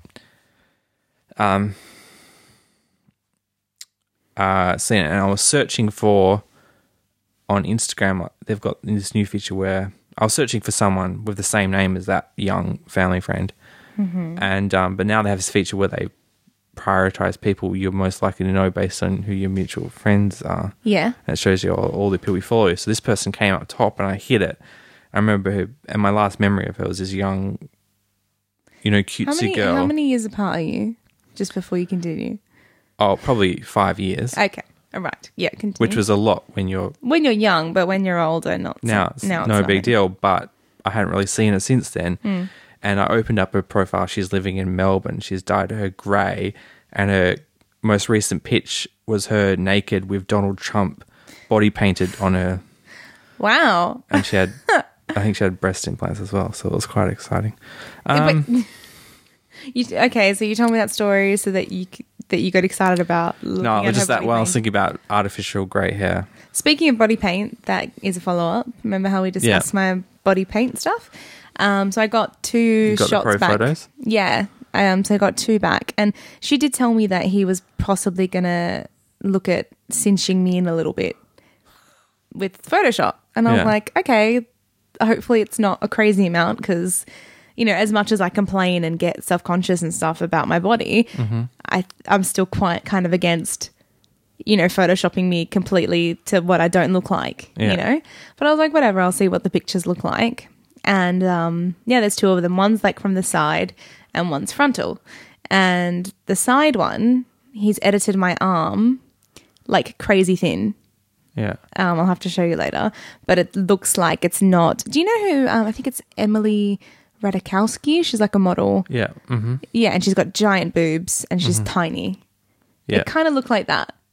Speaker 1: um uh seen it. And I was searching for on Instagram, they've got this new feature where I was searching for someone with the same name as that young family friend, and um, but now they have this feature where they prioritize people you're most likely to know based on who your mutual friends are,
Speaker 2: yeah
Speaker 1: and it shows you all, all the people you follow. So this person came up top, and I hit it. I remember her, and my last memory of her was this young, you know, cutesy
Speaker 2: how many
Speaker 1: girl.
Speaker 2: how many years apart are you just before you continue
Speaker 1: Oh, probably five years,
Speaker 2: Okay. All right. Yeah. Continue.
Speaker 1: which was a lot when you're
Speaker 2: when you're young, but when you're older, not
Speaker 1: now it's
Speaker 2: so, now
Speaker 1: no
Speaker 2: it's not Hmm.
Speaker 1: big
Speaker 2: it.
Speaker 1: deal, but I hadn't really seen her since then. And I opened up her profile. She's living in Melbourne. She's dyed her grey, and her most recent pitch was her naked with Donald Trump body painted on her,
Speaker 2: Wow.
Speaker 1: and she had, I think she had breast implants as well. So it was quite exciting. Um,
Speaker 2: You, okay, so you told me that story so that you c- that you got excited about.
Speaker 1: No, it was just that. While I was thinking about artificial grey hair,
Speaker 2: Speaking of body paint, that is a follow up. Remember how we discussed my body paint stuff? Um, so I got two
Speaker 1: got the
Speaker 2: shots
Speaker 1: pro
Speaker 2: back.
Speaker 1: photos?
Speaker 2: Yeah. Um, so I got two back, and she did tell me that he was possibly gonna look at cinching me in a little bit with Photoshop, and I was
Speaker 1: Yeah.
Speaker 2: like, okay, hopefully it's not a crazy amount because. You know, as much as I complain and get self conscious and stuff about my body, I I'm still quite kind of against you know, photoshopping me completely to what I don't look like,
Speaker 1: Yeah.
Speaker 2: you know? But I was like, whatever, I'll see what the pictures look like. And um, yeah, there's two of them. One's like from the side and one's frontal. And the side one, he's edited my arm like crazy thin.
Speaker 1: yeah,
Speaker 2: Um, I'll have to show you later. But it looks like it's not. Do you know who? Um, I think it's Emily Radikowski. She's like a model.
Speaker 1: yeah, hmm
Speaker 2: Yeah, and she's got giant boobs and she's tiny
Speaker 1: Mm-hmm. yeah.
Speaker 2: it kind of looked like that.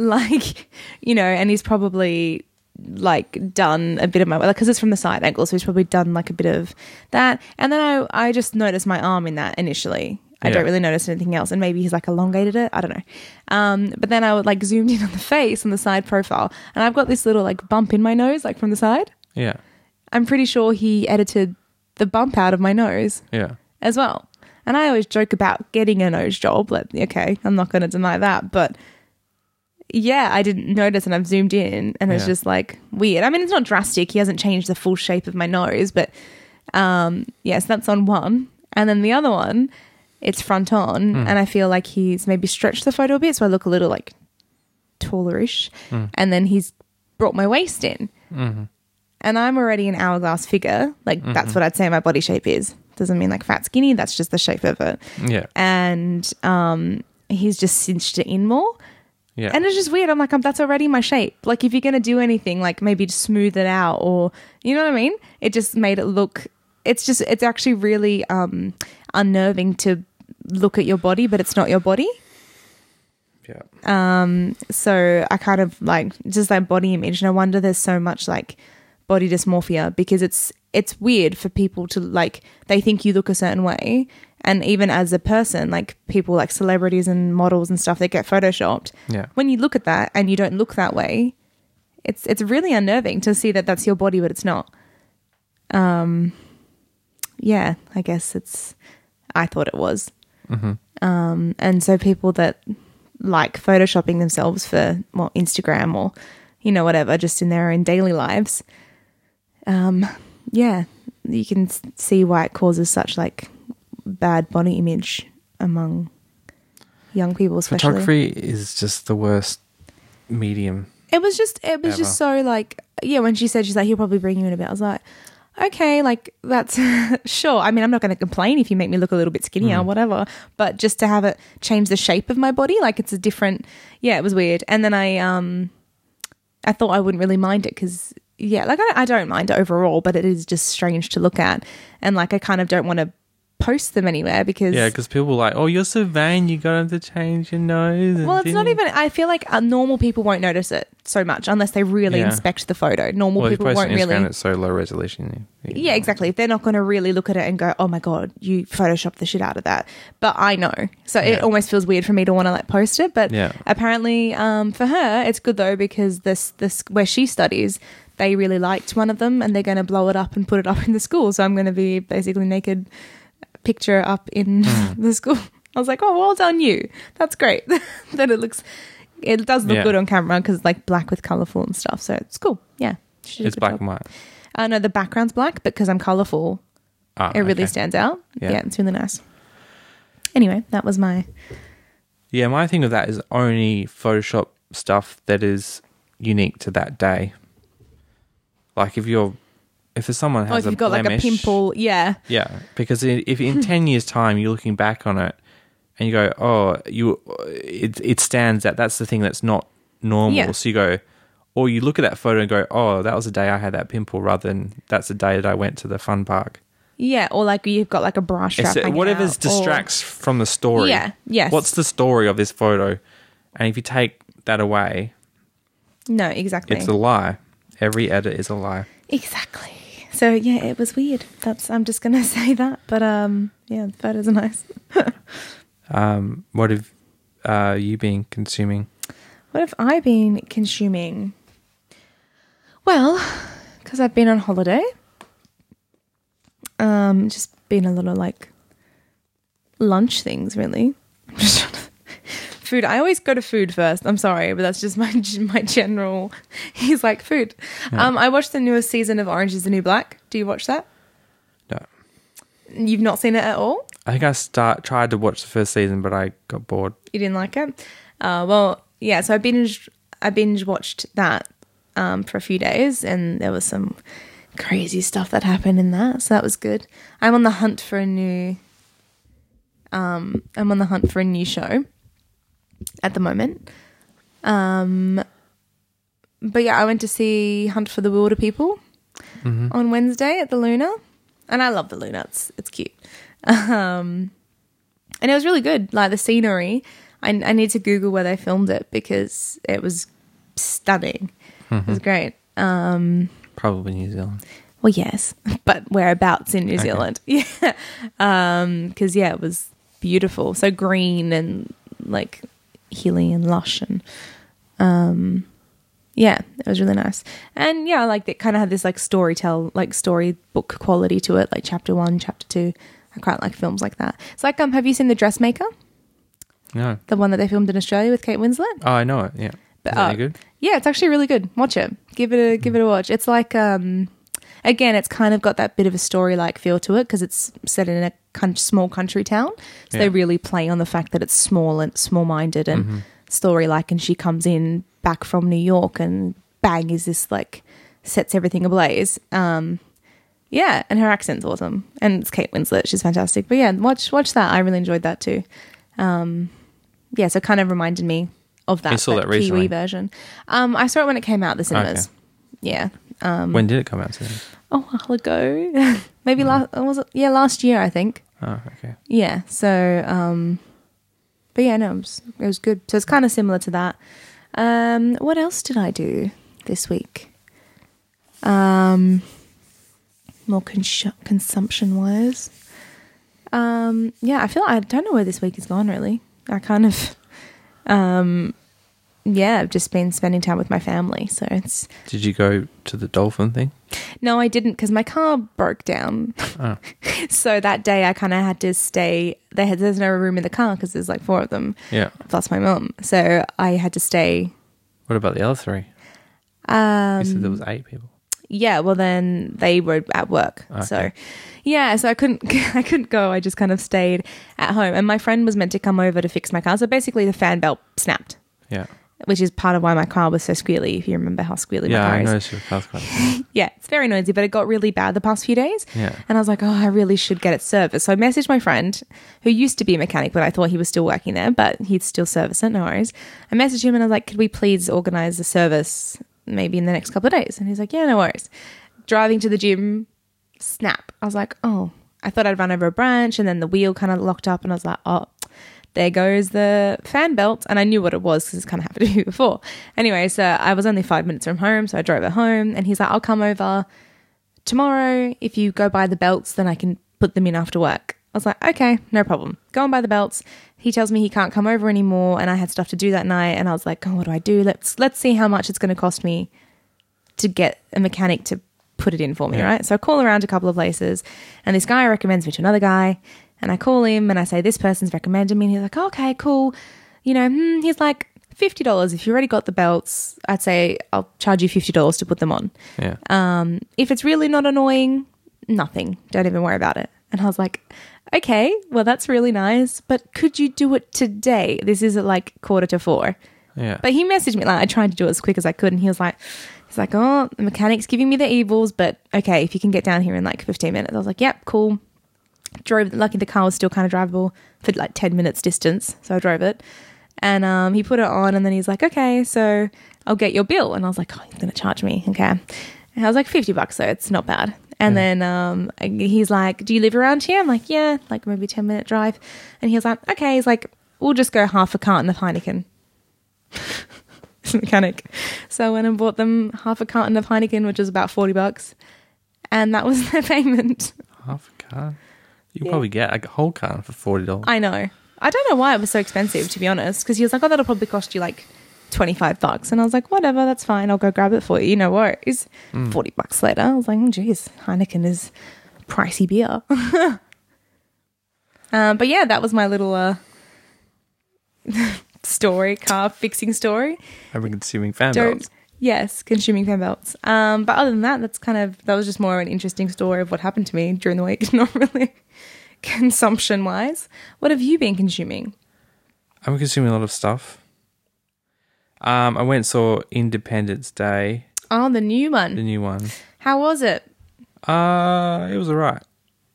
Speaker 2: Like, you know, and he's probably like done a bit of my because it's from the side angle, so he's probably done like a bit of that. And then I, I just noticed my arm in that initially. I
Speaker 1: Yeah.
Speaker 2: don't really notice anything else, and maybe he's like elongated it. I don't know. Um, but then I would like zoomed in on the face on the side profile, and I've got this little like bump in my nose, like from the side.
Speaker 1: yeah,
Speaker 2: I'm pretty sure he edited the bump out of my nose
Speaker 1: yeah,
Speaker 2: as well. And I always joke about getting a nose job. Like, okay, I'm not going to deny that, but yeah, I didn't notice, and I've zoomed in, and it's
Speaker 1: Yeah.
Speaker 2: just like weird. I mean, it's not drastic. He hasn't changed the full shape of my nose, but um, yes, that's on one, and then the other one, it's front on, and I feel like he's maybe stretched the photo a bit, so I look a little like tallerish, and then he's brought my waist in, and I'm already an hourglass figure. Like that's what I'd say my body shape is. Doesn't mean like fat skinny. That's just the shape of it.
Speaker 1: yeah,
Speaker 2: And um, he's just cinched it in more.
Speaker 1: yeah.
Speaker 2: And it's just weird. I'm like, um, that's already my shape. Like, if you're going to do anything, like maybe just smooth it out or, you know what I mean? It just made it look, it's just, it's actually really um, unnerving to look at your body, but it's not your body.
Speaker 1: yeah.
Speaker 2: Um, so I kind of like just that body image. And I wonder there's so much like body dysmorphia because it's it's weird for people to like they think you look a certain way and even as a person like people like celebrities and models and stuff that get photoshopped
Speaker 1: Yeah.
Speaker 2: when you look at that and you don't look that way it's it's really unnerving to see that that's your body but it's not um yeah i guess it's i thought it was
Speaker 1: Mm-hmm.
Speaker 2: um, and so people that like photoshopping themselves for well Instagram or you know whatever, just in their own daily lives, um, yeah, you can s- see why it causes such like bad body image among young people, especially.
Speaker 1: Photography is just the worst medium.
Speaker 2: It was just it was just so like yeah, when she said she's like, He'll probably bring you in a bit, I was like, Okay, like that's sure. I mean I'm not gonna complain if you make me look a little bit skinnier,
Speaker 1: Mm.
Speaker 2: whatever. But just to have it change the shape of my body, like it's a different yeah, it was weird. And then I um I thought I wouldn't really mind it because yeah, like I, I don't mind it overall, but it is just strange to look at, and like I kind of don't want to post them anywhere because
Speaker 1: Yeah, because people are like, oh, you're so vain, you got to change your nose. and
Speaker 2: Well, it's not
Speaker 1: thin."
Speaker 2: even. I feel like uh, normal people won't notice it so much unless they really
Speaker 1: Yeah.
Speaker 2: inspect the photo. Normal
Speaker 1: Well, if you
Speaker 2: people
Speaker 1: post on
Speaker 2: won't
Speaker 1: Instagram,
Speaker 2: really.
Speaker 1: it's so low resolution. you- you
Speaker 2: Yeah,
Speaker 1: know.
Speaker 2: exactly. If they're not going to really look at it and go, "Oh my god, you photoshopped the shit out of that," but I know, so
Speaker 1: Yeah.
Speaker 2: it almost feels weird for me to want to like post it. But
Speaker 1: Yeah.
Speaker 2: apparently, um, for her, it's good though because this this where she studies, they really liked one of them, and they're going to blow it up and put it up in the school. So I'm going to be basically naked picture up in
Speaker 1: Hmm.
Speaker 2: the school. I was like, "Oh, well done, you. That's great." that it looks, it does look
Speaker 1: Yeah.
Speaker 2: good on camera because like black with colorful and stuff. So it's cool. Yeah, She did a
Speaker 1: It's
Speaker 2: good
Speaker 1: black
Speaker 2: job.
Speaker 1: and white.
Speaker 2: Uh, no, the background's black because I'm colourful.
Speaker 1: Ah,
Speaker 2: It really
Speaker 1: okay.
Speaker 2: stands out.
Speaker 1: Yeah.
Speaker 2: Yeah. it's really nice. Anyway, that was my.
Speaker 1: Yeah, my thing with that is only Photoshop stuff that is unique to that day. Like if you're, if there's someone
Speaker 2: Oh,
Speaker 1: has
Speaker 2: if
Speaker 1: a
Speaker 2: you've got
Speaker 1: blemish,
Speaker 2: like a pimple, yeah,
Speaker 1: Yeah, because i- if in ten years' time you're looking back on it and you go, "Oh, you," it it stands out. That's the thing that's not normal.
Speaker 2: Yeah.
Speaker 1: So you go, or you look at that photo and go, "Oh, that was the day I had that pimple," rather than that's the day that I went to the fun park.
Speaker 2: yeah, or like you've got like a bra strap.
Speaker 1: It's,
Speaker 2: hanging
Speaker 1: whatever's
Speaker 2: out, or-
Speaker 1: distracts from the story.
Speaker 2: Yeah, yes.
Speaker 1: What's the story of this photo? And if you take that away,
Speaker 2: No, exactly.
Speaker 1: it's a lie. Every edit is a lie.
Speaker 2: exactly. So yeah, it was weird. That's I'm just gonna say that, but um, yeah, the photos are nice.
Speaker 1: Um, what have uh, you been consuming?
Speaker 2: What have I been consuming? Well, because I've been on holiday, um, just been a lot of like lunch things, really. I'm just trying to, food. I always go to food first. I'm sorry, but that's just my my general. He's like food. Um, I watched the newest season of Orange Is the New Black. Do you watch that?
Speaker 1: No.
Speaker 2: You've not seen it at all.
Speaker 1: I think I start tried to watch the first season, but I got bored.
Speaker 2: You didn't like it? Uh, well, yeah. So I binge, I binge watched that um, for a few days, and there was some crazy stuff that happened in that. So that was good. I'm on the hunt for a new. Um, I'm on the hunt for a new show. At the moment, um, but yeah, I went to see Hunt for the Wilder People
Speaker 1: Mm-hmm.
Speaker 2: on Wednesday at the Luna, and I love the Luna. It's it's cute. Um, and it was really good. Like the scenery, I, I need to Google where they filmed it because it was stunning. It was great. Um,
Speaker 1: Probably New Zealand.
Speaker 2: well, yes, but whereabouts in New
Speaker 1: Okay.
Speaker 2: Zealand? Yeah, because yeah, it was beautiful. So green and like hilly and lush and um, yeah, it was really nice. And yeah, like it kind of had this like story tell, like story book quality to it, like chapter one, chapter two. I quite like films like that. It's like um, have you seen The Dressmaker?
Speaker 1: No.
Speaker 2: the one that they filmed in Australia with Kate Winslet.
Speaker 1: Oh, I know it. Yeah.
Speaker 2: But,
Speaker 1: is that
Speaker 2: uh,
Speaker 1: any good?
Speaker 2: Yeah, it's actually really good. Watch it. Give it a give it a watch. It's like um again, it's kind of got that bit of a story like feel to it because it's set in a con- small country town. So
Speaker 1: Yeah. Mm-hmm.
Speaker 2: they really play on the fact that it's small and small minded and story like and she comes in back from New York and bang is this like sets everything ablaze. Um yeah, and her accent's awesome. And it's Kate Winslet. She's fantastic. But yeah, watch watch that. I really enjoyed that too. Um, yeah, so it kind of reminded me of that,
Speaker 1: You saw
Speaker 2: like,
Speaker 1: that recently?
Speaker 2: Kiwi version. Um, I saw it when it came out the cinemas. Yeah. Um,
Speaker 1: when did it come out? Susan?
Speaker 2: a while ago, Hmm. maybe last was it? Yeah, last year I think.
Speaker 1: Oh, okay.
Speaker 2: Yeah. So, um, but yeah, no, it was, it was good. So it's kind of similar to that. Um, what else did I do this week? Um, more cons- consumption wise. Um, yeah, I feel I don't know where this week has gone really. I kind of, um, yeah, I've just been spending time with my family. So it's
Speaker 1: Did you go to the dolphin thing?
Speaker 2: no, I didn't because my car broke down.
Speaker 1: Oh.
Speaker 2: so that day I kind of had to stay. They had, there's no room in the car because there's like four of them
Speaker 1: Yeah.
Speaker 2: plus my mum. So I had to stay.
Speaker 1: What about the other three?
Speaker 2: Um,
Speaker 1: You said there was eight people.
Speaker 2: yeah well then they were at work so
Speaker 1: Ah, Okay.
Speaker 2: yeah so i couldn't i couldn't go i just kind of stayed at home and my friend was meant to come over to fix my car so basically the fan belt snapped
Speaker 1: Yeah.
Speaker 2: which is part of why my car was so squealy if you remember how squealy
Speaker 1: yeah,
Speaker 2: my car
Speaker 1: I
Speaker 2: is
Speaker 1: noticed your car's quite
Speaker 2: yeah it's very noisy but it got really bad the past few days
Speaker 1: Yeah.
Speaker 2: and i was like oh i really should get it serviced so i messaged my friend who used to be a mechanic but i thought he was still working there but he'd still service it no worries i messaged him and i was like could we please organize the service maybe in the next couple of days and he's like yeah no worries driving to the gym snap i was like oh i thought i'd run over a branch and then the wheel kind of locked up and i was like oh there goes the fan belt and i knew what it was because it's kind of happened to me before anyway so i was only five minutes from home so i drove it home and he's like i'll come over tomorrow, if you go buy the belts, then I can put them in after work. I was like, okay, no problem. Go and buy the belts. He tells me he can't come over anymore, and I had stuff to do that night. And I was like, oh, what do I do? Let's let's see how much it's going to cost me to get a mechanic to put it in for me,
Speaker 1: Yeah.
Speaker 2: right? So I call around a couple of places, and this guy recommends me to another guy, and I call him and I say this person's recommended me, and he's like, okay, cool. You know, hmm, he's like fifty dollars if you already got the belts. I'd say I'll charge you fifty dollars to put them on.
Speaker 1: Yeah.
Speaker 2: Um, if it's really not annoying, nothing. Don't even worry about it. And I was like, okay, well, that's really nice, but could you do it today? This is at like quarter to four.
Speaker 1: Yeah.
Speaker 2: But he messaged me, like, I tried to do it as quick as I could. And he was like, he's like, oh, the mechanic's giving me the evils, but okay, if you can get down here in like 15 minutes. I was like, yep, cool. Drove, lucky the car was still kind of drivable for like 10 minutes distance. So I drove it. And um, he put it on and then he's like, okay, so I'll get your bill. And I was like, oh, he's going to charge me. Okay. And I was like, 50 bucks, so it's not bad. And then um, he's like, do you live around here? I'm like, yeah, like maybe 10 minute drive. And he was like, okay. He's like, we'll just go half a carton of Heineken mechanic. So I went and bought them half a carton of Heineken, which was about 40 bucks. And that was their payment.
Speaker 1: Half a car. You
Speaker 2: Yeah.
Speaker 1: probably get like, a whole car for forty dollars.
Speaker 2: I know. I don't know why it was so expensive, to be honest, because he was like, oh, that'll probably cost you like 25 bucks. And I was like, whatever, that's fine. I'll go grab it for you. No worries. 40 bucks later, I was like, oh, geez, Heineken is pricey beer. um, but yeah, that was my little uh, story, car fixing story.
Speaker 1: I've been consuming fan
Speaker 2: don't
Speaker 1: belts.
Speaker 2: yes consuming fan belts um but other than that that's kind of that was just more an interesting story of what happened to me during the week not really consumption wise what have you been consuming
Speaker 1: I'm consuming a lot of stuff. Um, I went and saw Independence Day,
Speaker 2: oh the new
Speaker 1: the
Speaker 2: one
Speaker 1: new one.
Speaker 2: how was it
Speaker 1: Uh, it was alright.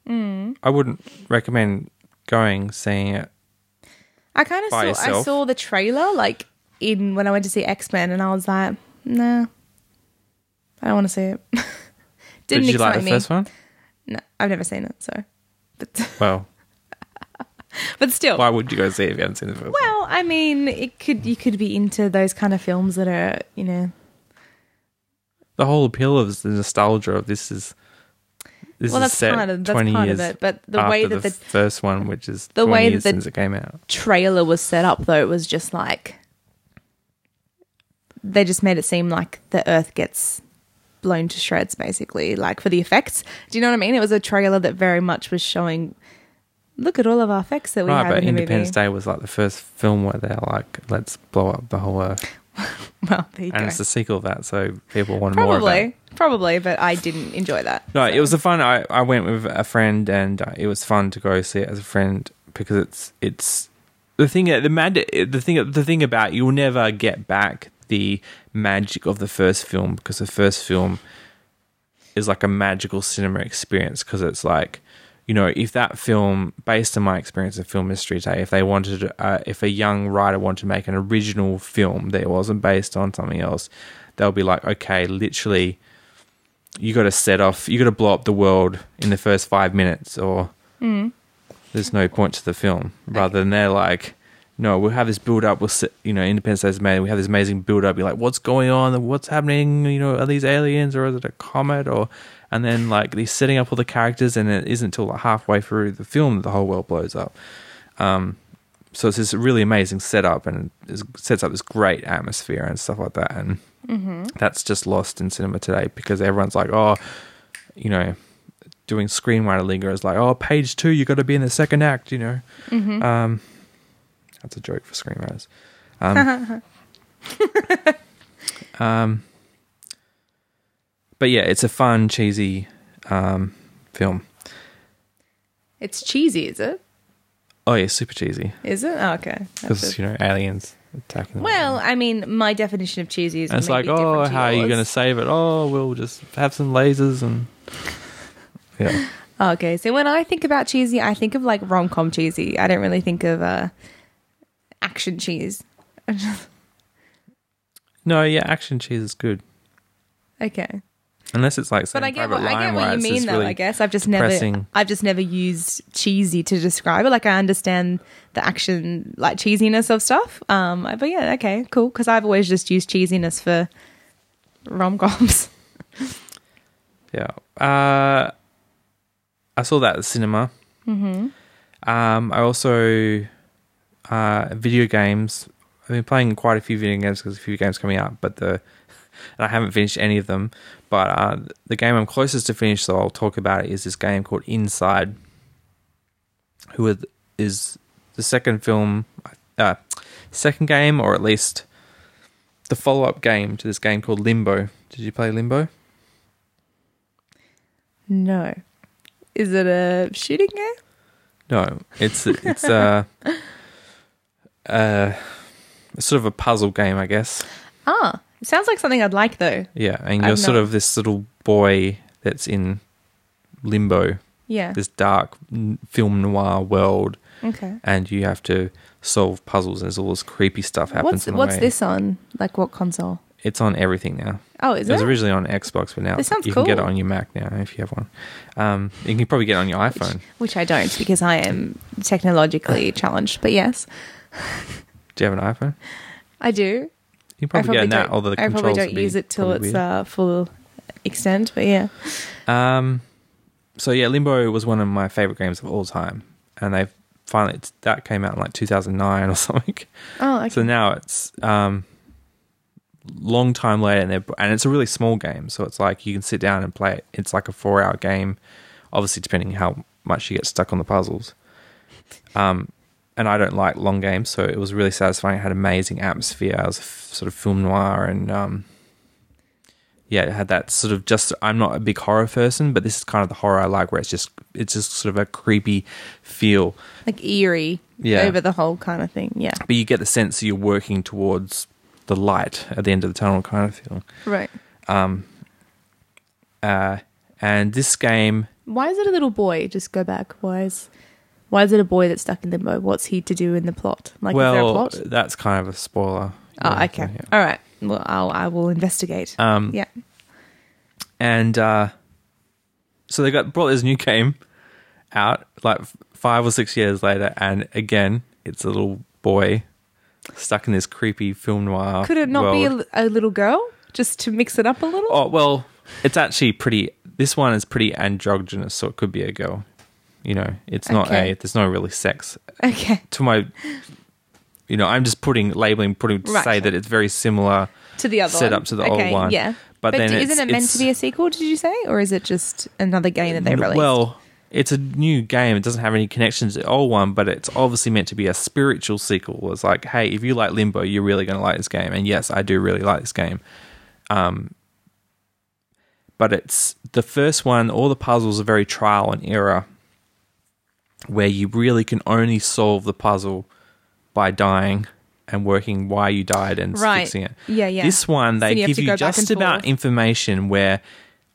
Speaker 1: Mm. I wouldn't recommend going seeing it.
Speaker 2: i kind of saw
Speaker 1: By
Speaker 2: i
Speaker 1: yourself.
Speaker 2: saw the trailer like in when i went to see x-men and i was like nah i don't want to see it
Speaker 1: Did
Speaker 2: didn't
Speaker 1: you
Speaker 2: excite
Speaker 1: like the
Speaker 2: me
Speaker 1: first one?
Speaker 2: no i've never seen it so but
Speaker 1: Well,
Speaker 2: but still
Speaker 1: why would you go see it if you haven't seen the first one?
Speaker 2: Oh. Well, I mean, it could you could be into those kind of films that are, you know,
Speaker 1: The whole appeal of the nostalgia of this is this
Speaker 2: Well,
Speaker 1: is
Speaker 2: that's
Speaker 1: set
Speaker 2: part of- that's
Speaker 1: twenty
Speaker 2: part of
Speaker 1: years
Speaker 2: it, but the
Speaker 1: after
Speaker 2: way that
Speaker 1: the,
Speaker 2: the-
Speaker 1: first one, which is
Speaker 2: the
Speaker 1: 20
Speaker 2: way
Speaker 1: years
Speaker 2: that the-
Speaker 1: since it came out.
Speaker 2: trailer was set up though it was just like they just made it seem like the earth gets blown to shreds basically like for the effects do you know what i mean it was a trailer that very much was showing look at all of our effects that we
Speaker 1: right,
Speaker 2: have
Speaker 1: but
Speaker 2: in the
Speaker 1: Independence
Speaker 2: movie
Speaker 1: Day was like the first film where they're like, let's blow up the whole earth.
Speaker 2: well there you
Speaker 1: And
Speaker 2: go
Speaker 1: it's the sequel of that, so people want more of that.
Speaker 2: probably probably but i didn't enjoy that
Speaker 1: No, it was a fun. I, I went with a friend, and uh, it was fun to go see it as a friend because it's it's the thing the mad the thing the thing about you'll never get back the magic of the first film because the first film is like a magical cinema experience because it's like you know if that film based on my experience in film history today if they wanted uh, if a young writer wanted to make an original film that wasn't based on something else they'll be like okay literally you got to set off you got to blow up the world in the first five minutes or there's no point to the film rather than they're like no, we'll have this build up. We'll sit, you know, Independence Day's made. We have this amazing build up. You're like, what's going on? What's happening? You know, are these aliens or is it a comet? Or and then like they're setting up all the characters, and it isn't until like halfway through the film that the whole world blows up. Um, so it's this really amazing setup, and it sets up this great atmosphere and stuff like that. And that's just lost in cinema today because everyone's like, oh, you know, doing screenwriter lingo is like, oh, page two, you got to be in the second act, you know.
Speaker 2: Mm-hmm.
Speaker 1: Um, that's a joke for screenwriters. Um, um, but yeah, it's a fun, cheesy um, film.
Speaker 2: It's cheesy, is it?
Speaker 1: Oh yeah, super cheesy
Speaker 2: Is it? Oh, okay. That's
Speaker 1: because
Speaker 2: a-
Speaker 1: you know aliens attacking. the
Speaker 2: well,
Speaker 1: world.
Speaker 2: I mean, my definition of cheesy is
Speaker 1: and it's
Speaker 2: maybe
Speaker 1: like, oh,
Speaker 2: different to
Speaker 1: how are you
Speaker 2: yours.
Speaker 1: going to save it? Oh, we'll just have some lasers and yeah.
Speaker 2: Okay, so when I think about cheesy, I think of like rom com cheesy. I don't really think of uh, action cheese.
Speaker 1: No, yeah, action cheese is good.
Speaker 2: Okay,
Speaker 1: Unless it's like,
Speaker 2: but I get
Speaker 1: Private
Speaker 2: what I get
Speaker 1: Ryan
Speaker 2: what
Speaker 1: where
Speaker 2: you
Speaker 1: it's
Speaker 2: mean
Speaker 1: just
Speaker 2: though.
Speaker 1: really-
Speaker 2: I guess I've just
Speaker 1: depressing.
Speaker 2: never I've just never used cheesy to describe it. Like I understand the action like cheesiness of stuff. Um, I- but yeah, okay, cool. Because I've always just used cheesiness for rom coms.
Speaker 1: Yeah. Uh, I saw that at the cinema. Mm-hmm. Um, I also uh, video games. I've been playing quite a few video games because a few games coming out, but the and I haven't finished any of them. But uh, the game I'm closest to finish, so I'll talk about it, is this game called Inside, who is- is the second film, uh, second game, or at least the follow-up game to this game called Limbo. Did you play Limbo?
Speaker 2: No, is it a shooting game?
Speaker 1: No, it's it's uh, a, a sort of a puzzle game, I guess.
Speaker 2: Ah, it sounds like something I'd like though.
Speaker 1: Yeah, and
Speaker 2: I've
Speaker 1: you're sort
Speaker 2: not-
Speaker 1: of this little boy that's in limbo,
Speaker 2: Yeah.
Speaker 1: this dark n- film noir world,
Speaker 2: Okay.
Speaker 1: and you have to solve puzzles. And there's all this creepy stuff happens.
Speaker 2: What's
Speaker 1: in the
Speaker 2: what's
Speaker 1: way.
Speaker 2: this on? Like what console?
Speaker 1: It's on everything now.
Speaker 2: Oh, is
Speaker 1: it
Speaker 2: it?
Speaker 1: was originally on Xbox, but now
Speaker 2: This sounds
Speaker 1: you can get it
Speaker 2: cool.
Speaker 1: on your Mac now if you have one. Um, you can probably get it on your iPhone.
Speaker 2: Which I don't because I am technologically challenged. But yes,
Speaker 1: Do you have an iPhone?
Speaker 2: I do.
Speaker 1: You can probably, get
Speaker 2: I
Speaker 1: it
Speaker 2: probably
Speaker 1: now.
Speaker 2: don't,
Speaker 1: Although the
Speaker 2: I probably
Speaker 1: controls
Speaker 2: don't
Speaker 1: would be
Speaker 2: use it till
Speaker 1: probably
Speaker 2: it's
Speaker 1: weird.
Speaker 2: uh, full extent. But yeah,
Speaker 1: Um, so yeah, Limbo was one of my favorite games of all time, and they finally it's, that came out in like 2009 or something.
Speaker 2: oh, okay.
Speaker 1: So now it's um, long time later, and they're- and it's a really small game, so it's like you can sit down and play it. It's like a four hour game, obviously depending how much you get stuck on the puzzles. Um, and I don't like long games, so it was really satisfying. It had amazing atmosphere. It was f- sort of film noir, and um, yeah, it had that sort of just. I'm not a big horror person, but this is kind of the horror I like, where it's just it's just sort of a creepy feel
Speaker 2: like eerie
Speaker 1: Yeah.
Speaker 2: over the whole kind of thing. Yeah,
Speaker 1: but you get the sense that you're working towards the light at the end of the tunnel kind of feeling.
Speaker 2: right.
Speaker 1: Um, uh, and this game,
Speaker 2: Why is it a little boy? Just go back. Why is why is it a boy that's stuck in limbo? What's he to do in the plot? Like, is there a
Speaker 1: well,
Speaker 2: plot?
Speaker 1: that's kind of a spoiler.
Speaker 2: Oh, okay.
Speaker 1: Yeah.
Speaker 2: All right. Well, I'll, I will investigate.
Speaker 1: Um,
Speaker 2: yeah.
Speaker 1: and uh, so they got brought this new game out like f- five or six years later, and again, it's a little boy stuck in this creepy film noir.
Speaker 2: Could it not
Speaker 1: world.
Speaker 2: be a, li- a little girl just to mix it up a little?
Speaker 1: Oh well, it's actually pretty. This one is pretty androgynous, so it could be a girl. You know, it's not
Speaker 2: Okay.
Speaker 1: a. There's no really sex
Speaker 2: Okay.
Speaker 1: to my. You know, I'm just putting labeling, putting to
Speaker 2: Right.
Speaker 1: say that it's very similar.
Speaker 2: To the other
Speaker 1: Set
Speaker 2: one.
Speaker 1: up to the
Speaker 2: okay,
Speaker 1: old one.
Speaker 2: Yeah.
Speaker 1: But then
Speaker 2: d-
Speaker 1: it's-
Speaker 2: isn't it meant
Speaker 1: it's-
Speaker 2: to be a sequel, did you say? Or is it just another game that they released?
Speaker 1: Well, it's a new game. It doesn't have any connections to the old one, but it's obviously meant to be a spiritual sequel. It's like, hey, if you like Limbo, you're really going to like this game. And yes, I do really like this game. Um, but it's the first one. All the puzzles are very trial and error, where you really can only solve the puzzle by dying and working why you died and
Speaker 2: Right.
Speaker 1: fixing it.
Speaker 2: Yeah, yeah.
Speaker 1: This one,
Speaker 2: So
Speaker 1: they
Speaker 2: you have
Speaker 1: give
Speaker 2: to
Speaker 1: you
Speaker 2: go back
Speaker 1: just
Speaker 2: and
Speaker 1: about
Speaker 2: forth.
Speaker 1: information where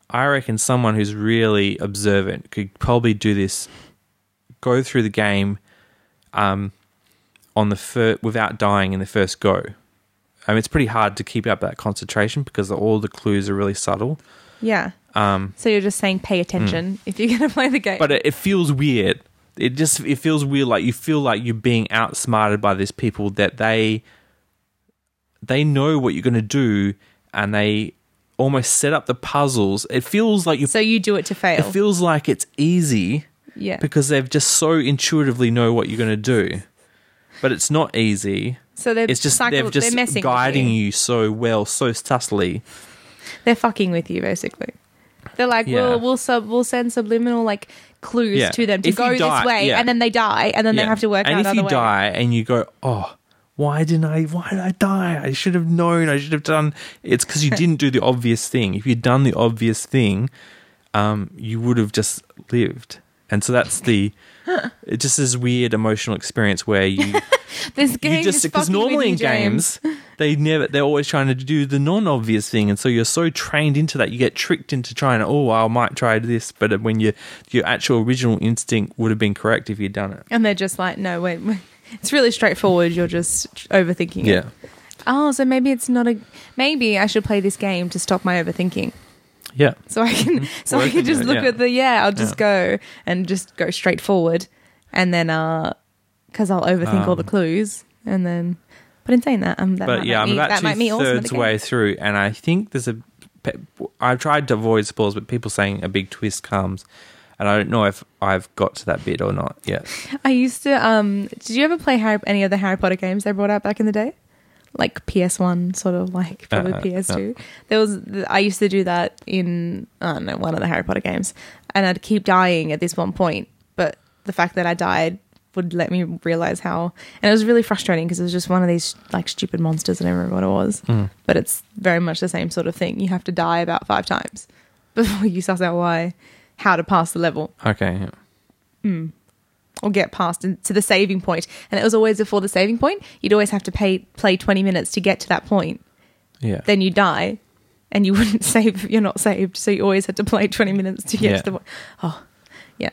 Speaker 1: I reckon someone who's really observant could probably do this, go through the game, um, on the fir- without dying in the first go. I mean, it's pretty hard to keep up that concentration because all the clues are really subtle.
Speaker 2: yeah.
Speaker 1: Um, Hmm.
Speaker 2: So you're just saying pay attention if you're going to play the game.
Speaker 1: but it, it feels weird it just it feels weird. Like you feel like you're being outsmarted by these people that they they know what you're going to do, and they almost set up the puzzles. It feels like you.
Speaker 2: So you do it to
Speaker 1: It
Speaker 2: fail.
Speaker 1: feels like it's easy
Speaker 2: yeah.
Speaker 1: because they've just so intuitively know what you're going to do, but it's not easy.
Speaker 2: So they're
Speaker 1: It's just
Speaker 2: psycho-
Speaker 1: they've just
Speaker 2: they're messing with
Speaker 1: guiding
Speaker 2: you.
Speaker 1: you so well, so subtly.
Speaker 2: They're fucking with you basically. They're like,
Speaker 1: Yeah.
Speaker 2: we'll we'll sub we'll send subliminal like clues
Speaker 1: Yeah.
Speaker 2: to them to
Speaker 1: If you
Speaker 2: go
Speaker 1: die-
Speaker 2: this way,
Speaker 1: yeah.
Speaker 2: and then they die, and then they
Speaker 1: Yeah.
Speaker 2: have to work
Speaker 1: and
Speaker 2: out
Speaker 1: if
Speaker 2: another
Speaker 1: you
Speaker 2: way.
Speaker 1: die and you go oh why didn't i why did i die i should have known i should have done it's because you didn't do the obvious thing if you'd done the obvious thing um, you would have just lived and so that's the it just this weird emotional experience where you,
Speaker 2: This game
Speaker 1: you just because normally in games they never they're always trying to do the non-obvious thing and so you're so trained into that you get tricked into trying oh i might try this but when your your actual original instinct would have been correct if you'd done it
Speaker 2: and they're just like, no, wait, wait. it's really straightforward. You're just overthinking
Speaker 1: yeah.
Speaker 2: it. Oh, so maybe it's not a. Maybe I should play this game to stop my overthinking,
Speaker 1: Yeah.
Speaker 2: so I can so I
Speaker 1: Working
Speaker 2: can just
Speaker 1: it,
Speaker 2: look
Speaker 1: yeah.
Speaker 2: at the yeah. I'll just go and just go straight forward, and then uh, because I'll overthink all the clues, and then. But in saying that, um, that
Speaker 1: Um. But
Speaker 2: might
Speaker 1: yeah,
Speaker 2: make
Speaker 1: I'm
Speaker 2: me,
Speaker 1: about
Speaker 2: that might
Speaker 1: two
Speaker 2: me awesome at
Speaker 1: thirds
Speaker 2: the game.
Speaker 1: way through, and I think there's a. pe- I tried to avoid spoilers, but people saying a big twist comes, and I don't know if I've got to that bit or not yet.
Speaker 2: I used to. Um, did you ever play Harry, any of the Harry Potter games they brought out back in the day? Like PS One, sort of like probably
Speaker 1: Uh,
Speaker 2: PS Two. There was I used to do that in I don't know one of the Harry Potter games, and I'd keep dying at this one point. But the fact that I died would let me realize how, and it was really frustrating because it was just one of these like stupid monsters. I don't remember what it was,
Speaker 1: Hmm.
Speaker 2: but it's very much the same sort of thing. You have to die about five times before you suss out why, how to pass the level
Speaker 1: Okay. yeah.
Speaker 2: Hmm. or get past and to the saving point. And it was always before the saving point. You'd always have to pay, play 20 minutes to get to that point.
Speaker 1: Yeah.
Speaker 2: Then you die and you wouldn't save if you're not saved. So you always had to play 20 minutes to get
Speaker 1: Yeah.
Speaker 2: to the point. Oh, yeah.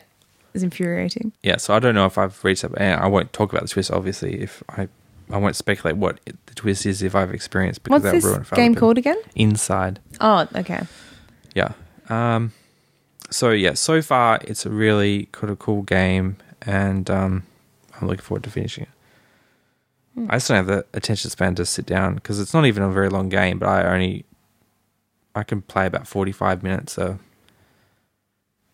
Speaker 2: It's infuriating.
Speaker 1: yeah. So I don't know if I've reached up, and I won't talk about the twist. Obviously, if I, I won't speculate what it, the twist is if I've experienced because
Speaker 2: What's
Speaker 1: that
Speaker 2: this
Speaker 1: would ruin it for other
Speaker 2: game
Speaker 1: people.
Speaker 2: called again?
Speaker 1: Inside.
Speaker 2: Oh, okay.
Speaker 1: Yeah. Um, so yeah, so far it's a really kind of cool game, and um, I'm looking forward to finishing it. I just don't have the attention span to sit down because it's not even a very long game, but I only I can play about 45 minutes. So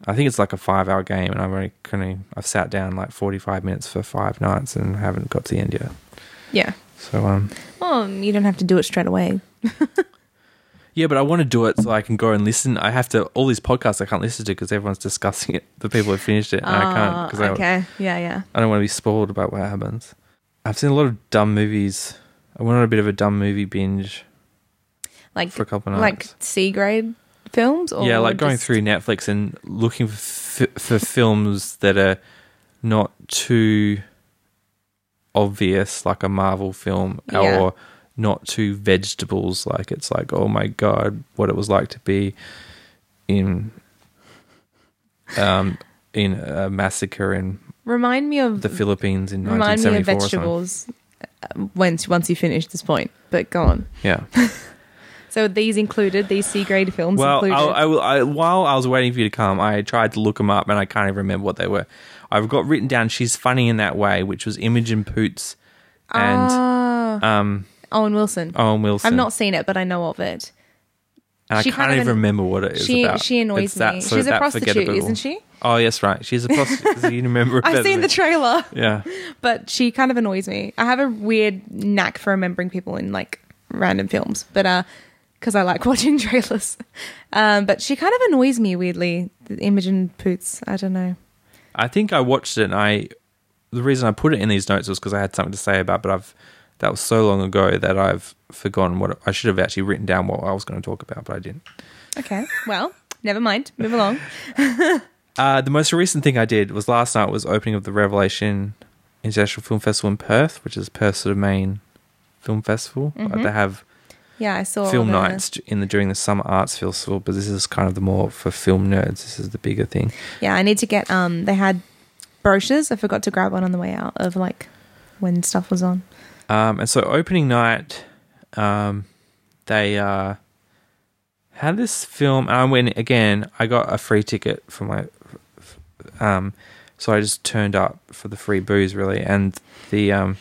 Speaker 1: I think it's like a five-hour game, and I've only kind of I've sat down like 45 minutes for five nights and haven't got to the end yet.
Speaker 2: Yeah.
Speaker 1: So um,
Speaker 2: Well, Oh, you don't have to do it straight away.
Speaker 1: Yeah, but I want to do it so I can go and listen. I have to all these podcasts I can't listen to because everyone's discussing it. The people who finished it, and I
Speaker 2: Ah,
Speaker 1: can't because
Speaker 2: okay. Yeah, yeah.
Speaker 1: I, I don't want to be spoiled about what happens. I've seen a lot of dumb movies. I went on a bit of a dumb movie binge
Speaker 2: Like,
Speaker 1: for a couple of
Speaker 2: like
Speaker 1: nights.
Speaker 2: C grade films? Or
Speaker 1: yeah, like going
Speaker 2: Oh, just-
Speaker 1: through Netflix and looking for f- for films that are not too obvious, like a Marvel film,
Speaker 2: Yeah.
Speaker 1: or not too vegetables. Like it's like, oh my god, what it was like to be in um in a massacre in
Speaker 2: Remind me of
Speaker 1: the Philippines in
Speaker 2: Mm. Remind me of
Speaker 1: 1974 or something.
Speaker 2: vegetables um, once once you finish this point. But go on.
Speaker 1: Yeah.
Speaker 2: So these included these C grade films
Speaker 1: Well,
Speaker 2: included.
Speaker 1: I'll, I will. I, while I was waiting for you to come, I tried to look them up, and I can't even remember what they were. I've got written down. She's funny in that way, which was Imogen Poots and
Speaker 2: Ah,
Speaker 1: um,
Speaker 2: Owen Wilson.
Speaker 1: Owen Wilson.
Speaker 2: I've Ah, not seen it, but I know of it.
Speaker 1: And I
Speaker 2: she
Speaker 1: can't
Speaker 2: kind of
Speaker 1: even
Speaker 2: an-
Speaker 1: remember what it is
Speaker 2: She
Speaker 1: about.
Speaker 2: she annoys
Speaker 1: It's that-
Speaker 2: me.
Speaker 1: so
Speaker 2: She's a
Speaker 1: that
Speaker 2: prostitute,
Speaker 1: forgettable.
Speaker 2: isn't she?
Speaker 1: Oh yes, right. She's a prostitute. 'cause you remember? it
Speaker 2: I've
Speaker 1: better
Speaker 2: seen the
Speaker 1: than
Speaker 2: trailer,
Speaker 1: me. yeah.
Speaker 2: but she kind of annoys me. I have a weird knack for remembering people in like random films, but uh, because I like watching trailers. Um, but she kind of annoys me weirdly. Imogen Poots. I don't know.
Speaker 1: I think I watched it and I the reason I put it in these notes was because I had something to say about it, but I've that was so long ago that I've forgotten what I should have actually written down what I was going to talk about, but I didn't.
Speaker 2: Okay. Well, never mind. Move along.
Speaker 1: Uh, the most recent thing I did was last night was opening of the Revelation International Film Festival in Perth, which is Perth's sort of main film festival. Like, they have
Speaker 2: Yeah, I saw
Speaker 1: film
Speaker 2: the-
Speaker 1: nights d- in the during the summer arts festival, but this is kind of the more for film nerds. This is the bigger thing.
Speaker 2: Yeah, I need to get. Um, they had brochures. I forgot to grab one on the way out of like when stuff was on.
Speaker 1: Um, and so opening night, um, they uh, had this film. And I went again. I got a free ticket for my. f- Um, So I just turned up for the free booze, really, and the um,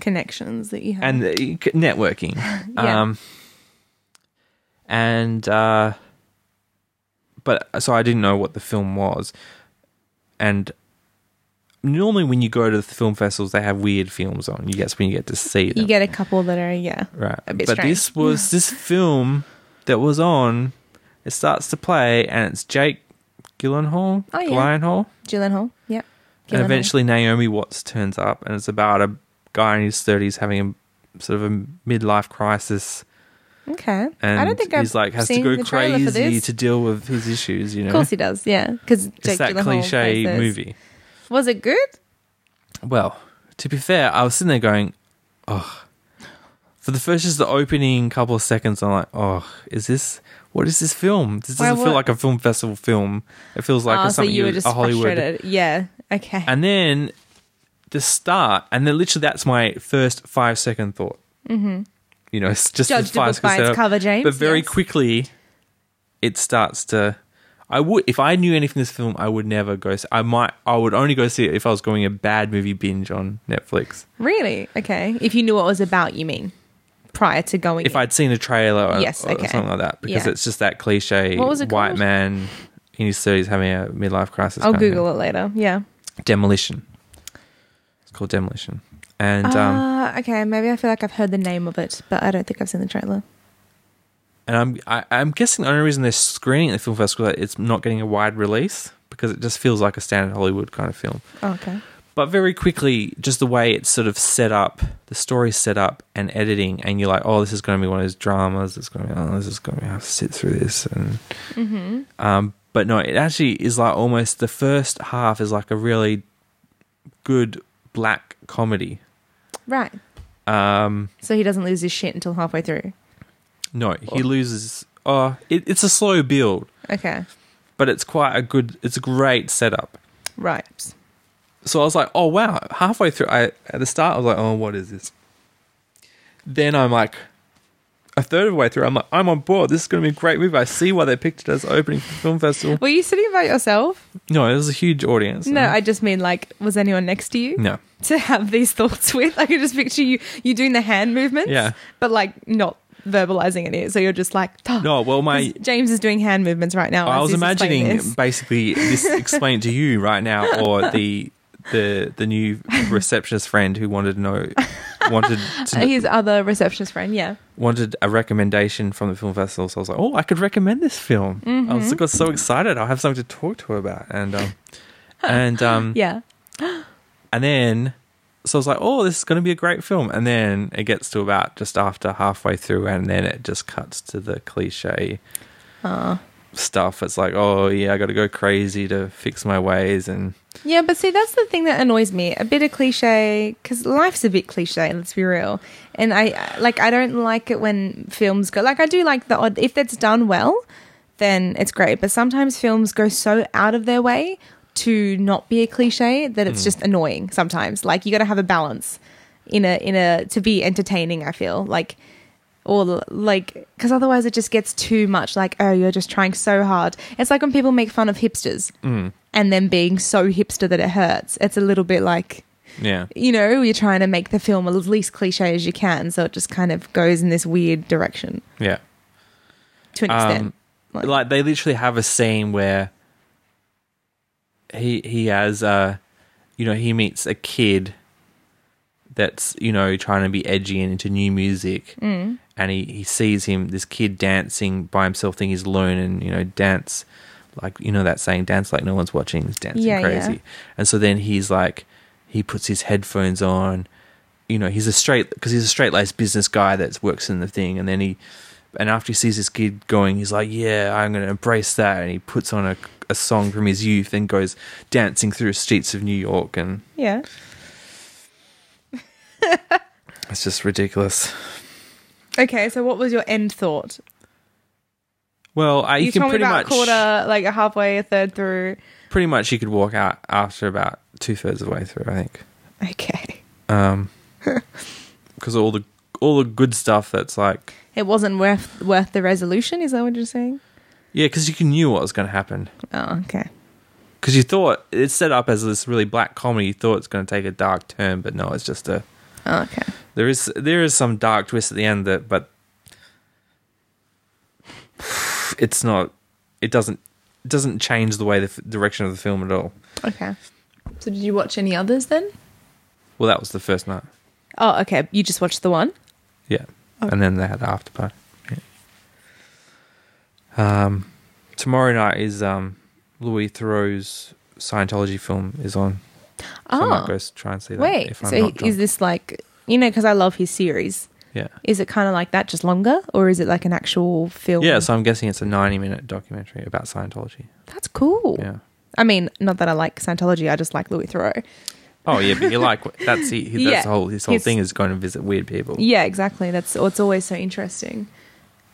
Speaker 2: Connections that you have.
Speaker 1: and the c- networking.
Speaker 2: Yeah.
Speaker 1: Um, and uh, but so I didn't know what the film was, and normally when you go to the film festivals, they have weird films on. You guess when you get to see them,
Speaker 2: you get a couple that are, yeah.
Speaker 1: right?
Speaker 2: a bit
Speaker 1: but
Speaker 2: strange.
Speaker 1: this was this film that was on. It starts to play, and it's Jake Gyllenhaal,
Speaker 2: Oh, yeah.
Speaker 1: Gyllenhaal,
Speaker 2: Gyllenhaal. Yep.
Speaker 1: and
Speaker 2: Gyllenhaal.
Speaker 1: eventually Naomi Watts turns up, and it's about a guy in his thirties having a sort of a midlife crisis,
Speaker 2: Okay.
Speaker 1: and
Speaker 2: I don't think
Speaker 1: he's
Speaker 2: I've
Speaker 1: like has to
Speaker 2: seen
Speaker 1: go
Speaker 2: the trailer for
Speaker 1: crazy
Speaker 2: this.
Speaker 1: to deal with his issues. You know,
Speaker 2: Of course he does, yeah. Because Jake
Speaker 1: it's that
Speaker 2: Gyllenhaal
Speaker 1: cliche
Speaker 2: plays this.
Speaker 1: movie.
Speaker 2: Was it good?
Speaker 1: Well, to be fair, I was sitting there going, oh. For the first, just the opening couple of seconds, I'm like, oh, is this, what is this film? This
Speaker 2: Why,
Speaker 1: doesn't feel like
Speaker 2: what-
Speaker 1: a film festival film. It feels like
Speaker 2: Ah,
Speaker 1: it's
Speaker 2: so
Speaker 1: something
Speaker 2: you were
Speaker 1: would-
Speaker 2: just
Speaker 1: a Hollywood.
Speaker 2: frustrated. Yeah. Okay.
Speaker 1: And then the start, and then literally that's my first five second thought. Mm-hmm. You know, it's just
Speaker 2: Judged
Speaker 1: the five
Speaker 2: a book by
Speaker 1: second
Speaker 2: its
Speaker 1: setup.
Speaker 2: cover, James.
Speaker 1: But very
Speaker 2: yes.
Speaker 1: quickly, it starts to. I would, if I knew anything from this film, I would never go. s- I might, I would only go see it if I was going a bad movie binge on Netflix.
Speaker 2: Really? Okay. If you knew what it was about, you mean? Prior to going.
Speaker 1: If
Speaker 2: in.
Speaker 1: I'd seen a trailer or,
Speaker 2: Yes,
Speaker 1: or
Speaker 2: okay.
Speaker 1: something like that, because
Speaker 2: Yeah.
Speaker 1: it's just that cliche
Speaker 2: What was it
Speaker 1: white
Speaker 2: called?
Speaker 1: man in his thirties having a midlife crisis.
Speaker 2: I'll
Speaker 1: kind of
Speaker 2: Google it later. Yeah.
Speaker 1: thing. Demolition. It's called Demolition, and um,
Speaker 2: Ah, okay. Maybe I feel like I've heard the name of it, but I don't think I've seen the trailer.
Speaker 1: And I'm I, I'm guessing the only reason they're screening it at the film festival is that it's not getting a wide release because it just feels like a standard Hollywood kind of film.
Speaker 2: Oh, okay.
Speaker 1: But very quickly, just the way it's sort of set up, the story's set up and editing, and you're like, oh, this is going to be one of those dramas. It's going to be, oh, this is going to have to sit through this. And
Speaker 2: Mm-hmm.
Speaker 1: um, but no, it actually is like almost the first half is like a really good black comedy.
Speaker 2: Right.
Speaker 1: Um,
Speaker 2: So he doesn't lose his shit until halfway through.
Speaker 1: no, he loses. Oh, it, it's a slow build.
Speaker 2: Okay.
Speaker 1: but it's quite a good it's a great setup
Speaker 2: Right.
Speaker 1: so i was like oh wow halfway through i at the start i was like oh what is this then i'm like a third of the way through i'm like i'm on board this is going to be a great movie i see why they picked it as opening for the film festival
Speaker 2: Were you sitting by yourself?
Speaker 1: no it was a huge audience
Speaker 2: No, I just mean like, was anyone next to you
Speaker 1: no
Speaker 2: to have these thoughts with? I could just picture you you doing the hand movements,
Speaker 1: Yeah.
Speaker 2: but like not verbalizing it. here. So you're just like, "Oh,
Speaker 1: no well my
Speaker 2: James is doing hand movements right now.
Speaker 1: i
Speaker 2: as
Speaker 1: was
Speaker 2: he's explaining
Speaker 1: imagining
Speaker 2: this.
Speaker 1: basically this explained to you right now or the the the new receptionist friend who wanted to know wanted to know,
Speaker 2: Uh, his other receptionist friend. Yeah,
Speaker 1: wanted a recommendation from the film festival, so I was like, "Oh, I could recommend this film." I was got so excited. I'll have something to talk to her about, and um, and um,
Speaker 2: yeah.
Speaker 1: and then so I was like, "Oh, this is going to be a great film." And then it gets to about just after halfway through, and then it just cuts to the cliche stuff. It's like, "Oh yeah, I got to go crazy to fix my ways," and
Speaker 2: Yeah, but see, that's the thing that annoys me. A bit of cliche, because life's a bit cliche. Let's be real. And I like, I don't like it when films go like. I do like the odd if that's done well, then it's great. But sometimes films go so out of their way to not be a cliche that it's just annoying. Sometimes, like, you got to have a balance in a in a to be entertaining. I feel like or like because otherwise it just gets too much like oh you're just trying so hard it's like when people make fun of hipsters and then being so hipster that it hurts it's a little bit like
Speaker 1: yeah,
Speaker 2: you know you're trying to make the film as least cliche as you can so it just kind of goes in this weird direction
Speaker 1: yeah.
Speaker 2: to an
Speaker 1: Um,
Speaker 2: extent
Speaker 1: like,
Speaker 2: Like-
Speaker 1: they literally have a scene where he he has uh you know he meets a kid that's you know trying to be edgy and into new music
Speaker 2: Mm.
Speaker 1: and he he sees him this kid dancing by himself thinking he's alone and you know dance like you know that saying dance like no one's watching is dancing
Speaker 2: Yeah, yeah.
Speaker 1: crazy and so then he's like he puts his headphones on you know he's a straight because he's a straight laced business guy that works in the thing and then he and after he sees this kid going he's like yeah i'm going to embrace that and he puts on a, a song from his youth and goes dancing through the streets of new york and
Speaker 2: yeah
Speaker 1: it's just ridiculous
Speaker 2: okay so what was your end thought
Speaker 1: well I, you, can
Speaker 2: told me
Speaker 1: pretty
Speaker 2: about
Speaker 1: much
Speaker 2: quarter like a halfway a third through
Speaker 1: pretty much you could walk out after about two-thirds of the way through i think
Speaker 2: okay
Speaker 1: um because all the all the good stuff that's like
Speaker 2: it wasn't worth worth the resolution is that what you're saying
Speaker 1: yeah because you knew what was going to happen
Speaker 2: oh okay
Speaker 1: because you thought it's set up as this really black comedy. You thought it's going to take a dark turn, but no, it's just a
Speaker 2: Oh, okay.
Speaker 1: there is there is some dark twist at the end that, but it's not. It doesn't it doesn't change the way the f- direction of the film at all.
Speaker 2: Okay. So did you watch any others then?
Speaker 1: Well, that was the first night.
Speaker 2: Oh, okay. You just watched the one.
Speaker 1: Yeah.
Speaker 2: Okay.
Speaker 1: And then they had the after party. Yeah. Um, tomorrow night is um, Louis Theroux's Scientology film is on. So I might
Speaker 2: Oh,
Speaker 1: go s- try and see that.
Speaker 2: wait.
Speaker 1: if I'm
Speaker 2: So
Speaker 1: not drunk.
Speaker 2: is this like you know? Because I love his series.
Speaker 1: yeah.
Speaker 2: Is it kind of like that, just longer, or is it like an actual film?
Speaker 1: Yeah, so I'm guessing it's a 90 minute documentary about Scientology.
Speaker 2: that's cool.
Speaker 1: Yeah.
Speaker 2: I mean, not that I like Scientology. I just like Louis Theroux.
Speaker 1: Oh, yeah, but you like what- that's he, that's
Speaker 2: Yeah.
Speaker 1: the whole his whole
Speaker 2: His-
Speaker 1: thing is going to visit weird people.
Speaker 2: Yeah, exactly. That's oh, it's always so interesting.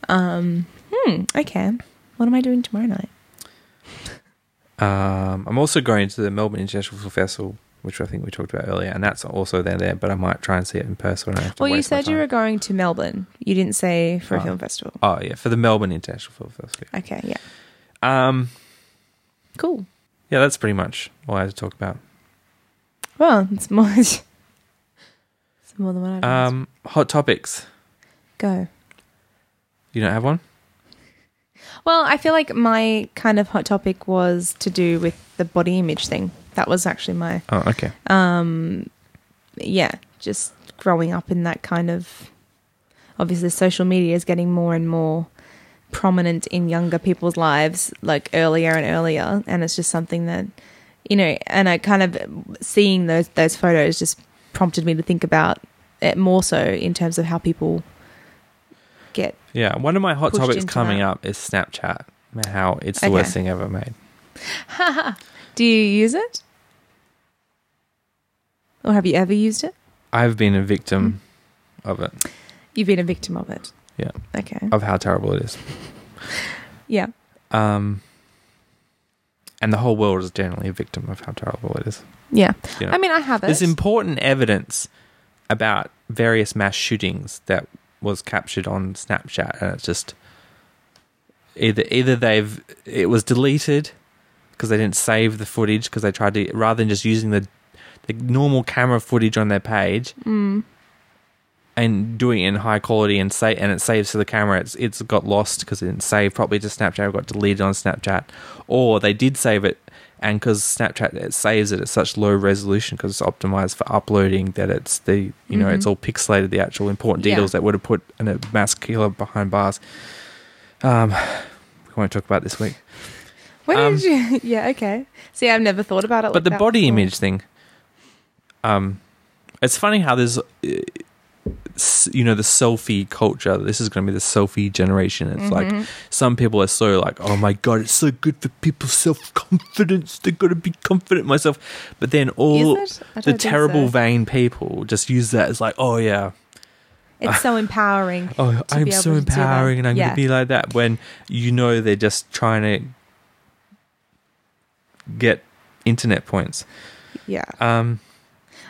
Speaker 2: Um, hmm. Okay. What am I doing tomorrow night?
Speaker 1: Um, I'm also going to the Melbourne International Film Festival, which I think we talked about earlier, and that's also there there, but I might try and see it in person. I have to
Speaker 2: Well, you
Speaker 1: waste my
Speaker 2: said you were
Speaker 1: time.
Speaker 2: going to Melbourne. You didn't say for a
Speaker 1: Oh.
Speaker 2: film festival.
Speaker 1: Oh, yeah, for the Melbourne International Film Festival.
Speaker 2: Okay. Yeah.
Speaker 1: Um,
Speaker 2: Cool.
Speaker 1: yeah, that's pretty much all I had to talk about.
Speaker 2: Well, it's more. it's more than what I've. Um,
Speaker 1: Um, hot topics.
Speaker 2: Go.
Speaker 1: You don't have one?
Speaker 2: Well, I feel like my kind of hot topic was to do with the body image thing. That was actually my
Speaker 1: Oh, okay.
Speaker 2: um yeah, just growing up in that kind of obviously social media is getting more and more prominent in younger people's lives like earlier and earlier and it's just something that you know, and I kind of seeing those those photos just prompted me to think about it more so in terms of how people get
Speaker 1: Yeah, one of my hot
Speaker 2: Pushed
Speaker 1: topics
Speaker 2: into
Speaker 1: coming
Speaker 2: that.
Speaker 1: up is Snapchat. and How it's the
Speaker 2: Okay.
Speaker 1: worst thing ever made.
Speaker 2: Do you use it? Or have you ever used it?
Speaker 1: I've been a victim
Speaker 2: Mm.
Speaker 1: of it,
Speaker 2: You've been a victim of it.
Speaker 1: Yeah.
Speaker 2: Okay.
Speaker 1: of how terrible it is.
Speaker 2: Yeah.
Speaker 1: Um, and the whole world is generally a victim of how terrible it is.
Speaker 2: Yeah.
Speaker 1: You know,
Speaker 2: I mean, I have it.
Speaker 1: There's important evidence about various mass shootings that was captured on Snapchat, and it's just either either they've it was deleted because they didn't save the footage because they tried to rather than just using the the normal camera footage on their page
Speaker 2: Mm.
Speaker 1: and doing it in high quality and say and it saves to the camera. It's it's got lost because it didn't save properly to Snapchat. It got deleted on Snapchat, or they did save it, and because Snapchat it saves it at such low resolution because it's optimized for uploading that it's the you know
Speaker 2: Mhm.
Speaker 1: it's all pixelated the actual important
Speaker 2: Yeah.
Speaker 1: details that would have put an, a mass killer behind bars. Um, we won't talk about this week,
Speaker 2: When
Speaker 1: um,
Speaker 2: did you? Yeah. Okay. See, I've never thought about it.
Speaker 1: but
Speaker 2: like
Speaker 1: the
Speaker 2: that
Speaker 1: body
Speaker 2: before.
Speaker 1: image thing. Um, it's funny how there's. Uh, s- you know the selfie culture. This is going to be the selfie generation. It's like
Speaker 2: Mhm.
Speaker 1: some people are so like, oh my god, it's so good for people's self confidence. They gotta be confident in myself. But then all
Speaker 2: Is it?
Speaker 1: the
Speaker 2: I don't think so.
Speaker 1: terrible vain people just use that as like, oh yeah,
Speaker 2: It's so empowering.
Speaker 1: oh
Speaker 2: To
Speaker 1: I'm
Speaker 2: be able
Speaker 1: so
Speaker 2: to do that.
Speaker 1: empowering and I'm
Speaker 2: Yeah.
Speaker 1: gonna be like that. When you know they're just trying to get internet points.
Speaker 2: Yeah.
Speaker 1: Um,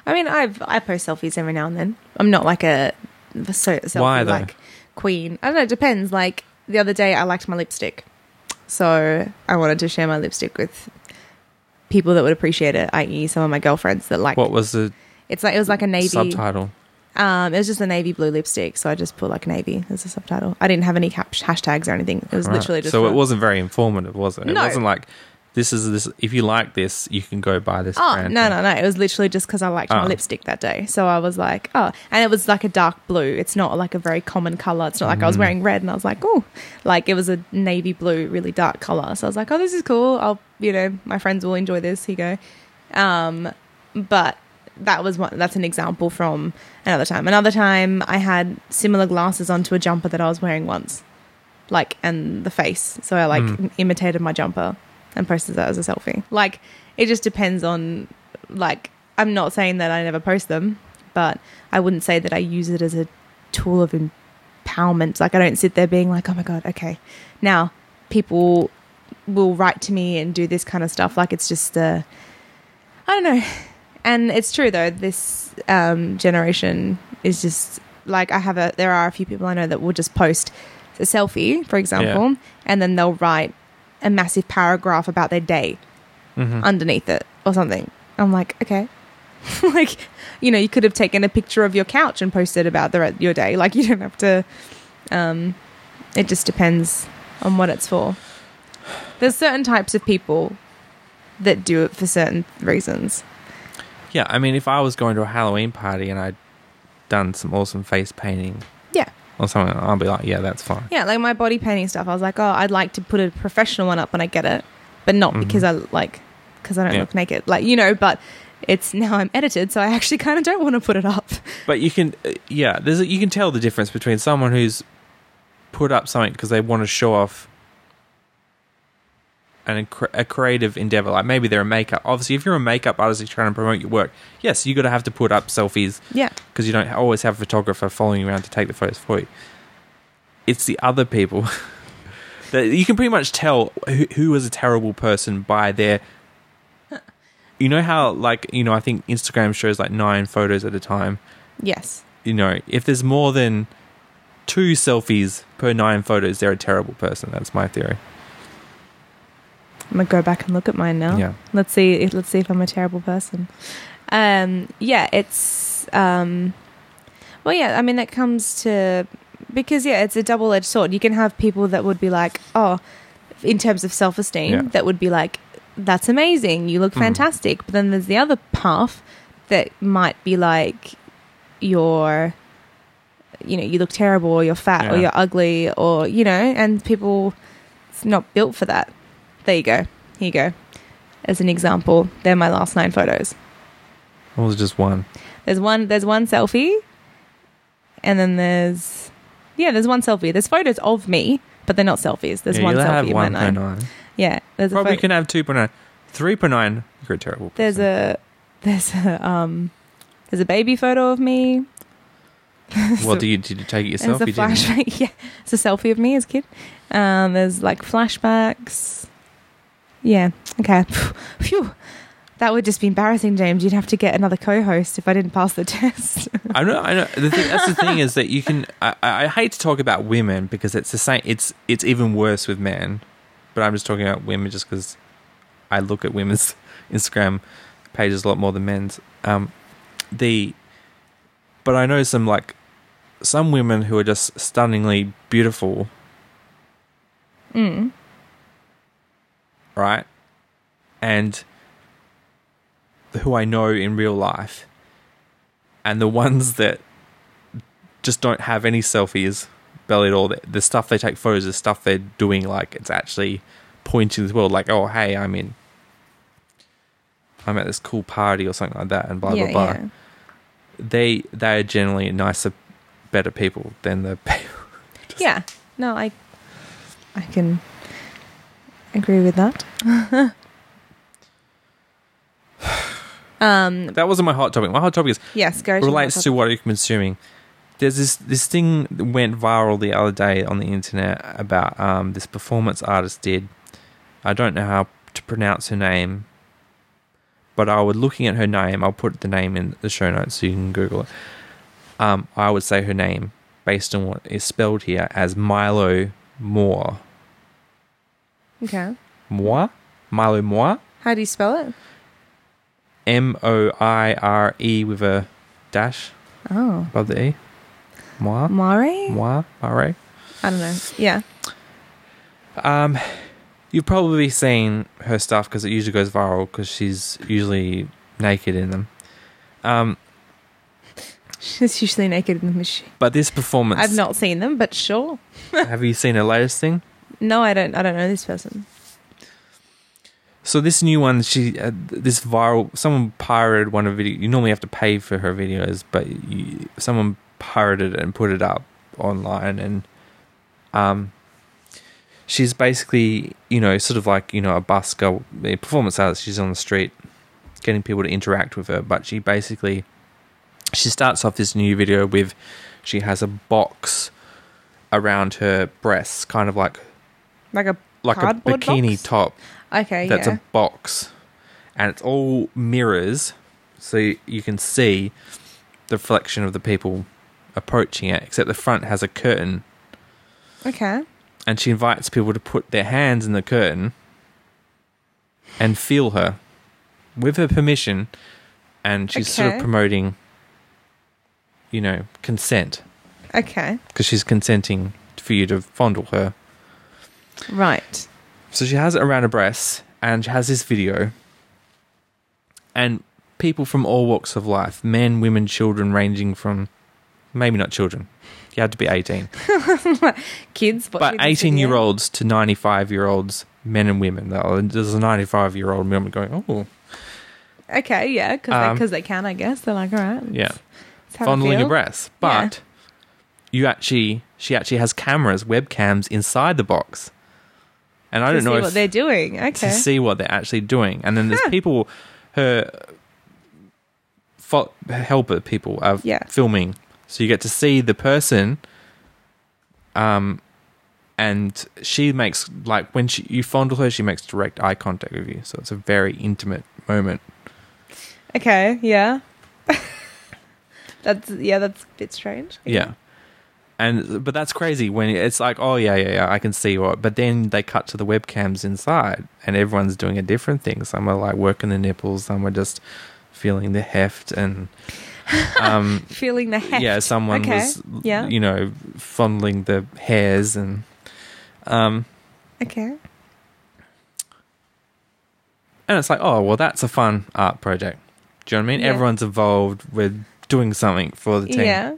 Speaker 2: I mean, I've I post selfies every now and then. I'm not like a so selfie
Speaker 1: Why, though?
Speaker 2: like queen. I don't know. It depends. Like the other day, I liked my lipstick, so I wanted to share my lipstick with people that would appreciate it, i.e., some of my girlfriends that like.
Speaker 1: what was the
Speaker 2: It's like it was like a navy.
Speaker 1: subtitle?
Speaker 2: Um, it was just a navy blue lipstick, so I just put like navy as a subtitle. I didn't have any cap- hashtags or anything. It was
Speaker 1: Right.
Speaker 2: literally just
Speaker 1: so
Speaker 2: a-
Speaker 1: it wasn't very informative, was it? It
Speaker 2: No.
Speaker 1: wasn't like this is this. If you like this, you can go buy this.
Speaker 2: Oh
Speaker 1: brand
Speaker 2: no
Speaker 1: thing.
Speaker 2: no no! It was literally just because I liked
Speaker 1: Oh.
Speaker 2: my lipstick that day, so I was like, oh, and it was like a dark blue. It's not like a very common color. It's not like I was
Speaker 1: Mm.
Speaker 2: wearing red, and I was like, oh, like it was a navy blue, really dark color. So I was like, oh, this is cool. I'll, you know, my friends will enjoy this. Here you go. Um, but that was one. That's an example from another time. Another time, I had similar glasses onto a jumper that I was wearing once, like and the face. So I like
Speaker 1: Mm.
Speaker 2: imitated my jumper and posted that as a selfie. Like it just depends on like I'm not saying that I never post them, but I wouldn't say that I use it as a tool of empowerment. Like I don't sit there being like, "Oh my god, okay. Now people will write to me and do this kind of stuff." Like it's just uh I don't know. And it's true though. This um, generation is just like I have a there are a few people I know that will just post a selfie, for example, and then they'll write a massive paragraph about their day
Speaker 1: Mhm.
Speaker 2: underneath it or something. I'm like, okay. like, you know, you could have taken a picture of your couch and posted about the re- your day. Like, you don't have to. Um, it just depends on what it's for. There's certain types of people that do it for certain reasons.
Speaker 1: Yeah, I mean, if I was going to a Halloween party and I'd done some awesome face painting,
Speaker 2: Yeah.
Speaker 1: or something, I'll be like, yeah, that's fine.
Speaker 2: Yeah, like my body painting stuff. I was like, oh, I'd like to put a professional one up when I get it, but not
Speaker 1: Mhm.
Speaker 2: because I like because I don't
Speaker 1: Yeah.
Speaker 2: look naked, like you know. But it's now I'm edited, so I actually kind of don't want to put it up.
Speaker 1: But you can, uh, yeah, there's a, you can tell the difference between someone who's put up something because they want to show off an, incre- a creative endeavor. Like maybe they're a makeup. Obviously, if you're a makeup artist who's trying to promote your work, yes, you're going to have to put up selfies
Speaker 2: Yeah,
Speaker 1: because you don't always have a photographer following you around to take the photos for you. It's the other people that you can pretty much tell who, who is a terrible person by their. You know how, like, you know, I think Instagram shows like nine photos at a time
Speaker 2: yes,
Speaker 1: you know, if there's more than two selfies per nine photos, they're a terrible person. That's my theory.
Speaker 2: I'm gonna go back and look at mine now.
Speaker 1: Yeah.
Speaker 2: Let's see. If, let's see if I'm a terrible person. Um, yeah, it's. Um, well, yeah. I mean, that comes to because yeah, it's a double-edged sword. You can have people that would be like, oh, in terms of self-esteem,
Speaker 1: Yeah.
Speaker 2: that would be like, that's amazing. You look
Speaker 1: Mhm.
Speaker 2: fantastic. But then there's the other half that might be like, you're. You know, you look terrible, or you're fat, or
Speaker 1: Yeah.
Speaker 2: you're ugly, or you know, and people, it's not built for that. There you go. Here you go. As an example, they're my last nine photos.
Speaker 1: It was just one.
Speaker 2: There's one. There's one selfie, and then there's yeah. There's one selfie. There's photos of me, but they're not selfies. There's
Speaker 1: Yeah,
Speaker 2: one
Speaker 1: you'll have
Speaker 2: selfie. in my
Speaker 1: one per
Speaker 2: nine.
Speaker 1: nine.
Speaker 2: Yeah. There's a
Speaker 1: Probably
Speaker 2: photo.
Speaker 1: can have two per nine. Three per nine, you're a terrible person.
Speaker 2: There's a there's a um there's a baby photo of me.
Speaker 1: Well, do you, did you take it yourself?
Speaker 2: There's a
Speaker 1: You didn't.
Speaker 2: flashback. yeah, it's a selfie of me as a kid. Um, there's like flashbacks. Yeah. Okay. Phew. That would just be embarrassing, James. You'd have to get another co-host if I didn't pass the test.
Speaker 1: I know. I know. The thing, that's the thing is that you can. I, I I hate to talk about women because it's the same. It's it's even worse with men, but I'm just talking about women just because I look at women's Instagram pages a lot more than men's. Um, the, but I know some like some women who are just stunningly beautiful,
Speaker 2: mm.
Speaker 1: right? And who I know in real life, and the ones that just don't have any selfies, belly at all. The, the stuff they take photos, the stuff they're doing, like it's actually pointing to the world, like, oh, hey, I'm in, I'm at this cool party or something like that, and blah
Speaker 2: yeah,
Speaker 1: blah blah.
Speaker 2: yeah.
Speaker 1: They they are generally nicer, better people than the people.
Speaker 2: Yeah. No, I I can agree with that. um
Speaker 1: That wasn't my hot topic. My hot topic is
Speaker 2: yes, go to
Speaker 1: relates to what you're consuming. There's this this thing that went viral the other day on the internet about um, this performance artist did. I don't know how to pronounce her name, but I was looking at her name. I'll put the name in the show notes so you can Google it. Um, I would say her name based on what is spelled here as Milo Moore.
Speaker 2: Okay.
Speaker 1: Moore? Milo Moore?
Speaker 2: How do you spell it?
Speaker 1: M O I R E with a dash
Speaker 2: Oh.
Speaker 1: above the E. Moore?
Speaker 2: Mari?
Speaker 1: Moire? Mare?
Speaker 2: I don't know. Yeah.
Speaker 1: Um, you've probably seen her stuff because it usually goes viral because she's usually naked in them. Um,
Speaker 2: She's usually naked in the machine.
Speaker 1: but this performance,
Speaker 2: I've not seen them, but sure.
Speaker 1: have you seen her latest thing?
Speaker 2: No, I don't I don't know this person.
Speaker 1: So this new one, she uh, this viral. Someone pirated one of video. You normally have to pay for her videos, but you, someone pirated it and put it up online, and um, she's basically you know sort of like you know a busker, a performance artist. She's on the street, getting people to interact with her, but she basically she starts off this new video with she has a box around her breasts, kind of like
Speaker 2: Like a
Speaker 1: like a
Speaker 2: Cardboard
Speaker 1: bikini
Speaker 2: box?
Speaker 1: top
Speaker 2: okay,
Speaker 1: that's
Speaker 2: yeah.
Speaker 1: a box and it's all mirrors so y- you can see the reflection of the people approaching it except the front has a curtain
Speaker 2: okay.
Speaker 1: and she invites people to put their hands in the curtain and feel her with her permission. And she's sort of
Speaker 2: Okay.
Speaker 1: promoting, you know, consent
Speaker 2: Okay.
Speaker 1: because she's consenting for you to fondle her.
Speaker 2: Right.
Speaker 1: So she has it around her breasts and she has this video. And people from all walks of life men, women, children, ranging from maybe not children. You had to be 18.
Speaker 2: Kids, what
Speaker 1: but
Speaker 2: kids are
Speaker 1: 18 year
Speaker 2: today?
Speaker 1: olds to 95 year olds, men and women. though. There's a 95 year old woman going, oh,
Speaker 2: Okay, yeah, because
Speaker 1: Um,
Speaker 2: they, 'cause they can, I guess. They're like, all right. let's-
Speaker 1: yeah,
Speaker 2: let's have a
Speaker 1: fondling
Speaker 2: feel.
Speaker 1: your breasts. But you actually, she actually has cameras, webcams inside the box. And I
Speaker 2: to
Speaker 1: don't know
Speaker 2: see
Speaker 1: if
Speaker 2: what they're doing. Okay.
Speaker 1: to see what they're actually doing. And then there's
Speaker 2: Huh.
Speaker 1: people, her fo- helper people are
Speaker 2: Yeah.
Speaker 1: filming, so you get to see the person. Um, and she makes like when she you fondle her, she makes direct eye contact with you, so it's a very intimate moment.
Speaker 2: Okay, yeah. that's yeah, that's a bit strange. Okay.
Speaker 1: Yeah. And but that's crazy when it's like, oh yeah, yeah, yeah, I can see what. But then they cut to the webcams inside, and everyone's doing a different thing. Some are like working the nipples, some are just feeling the heft, and um,
Speaker 2: Feeling the heft.
Speaker 1: yeah, someone
Speaker 2: Okay,
Speaker 1: was,
Speaker 2: yeah.
Speaker 1: you know, fondling the hairs, and um,
Speaker 2: Okay.
Speaker 1: and it's like, oh well, that's a fun art project. Do you know what I mean?
Speaker 2: Yeah.
Speaker 1: Everyone's involved. We're doing something for the team.
Speaker 2: Yeah.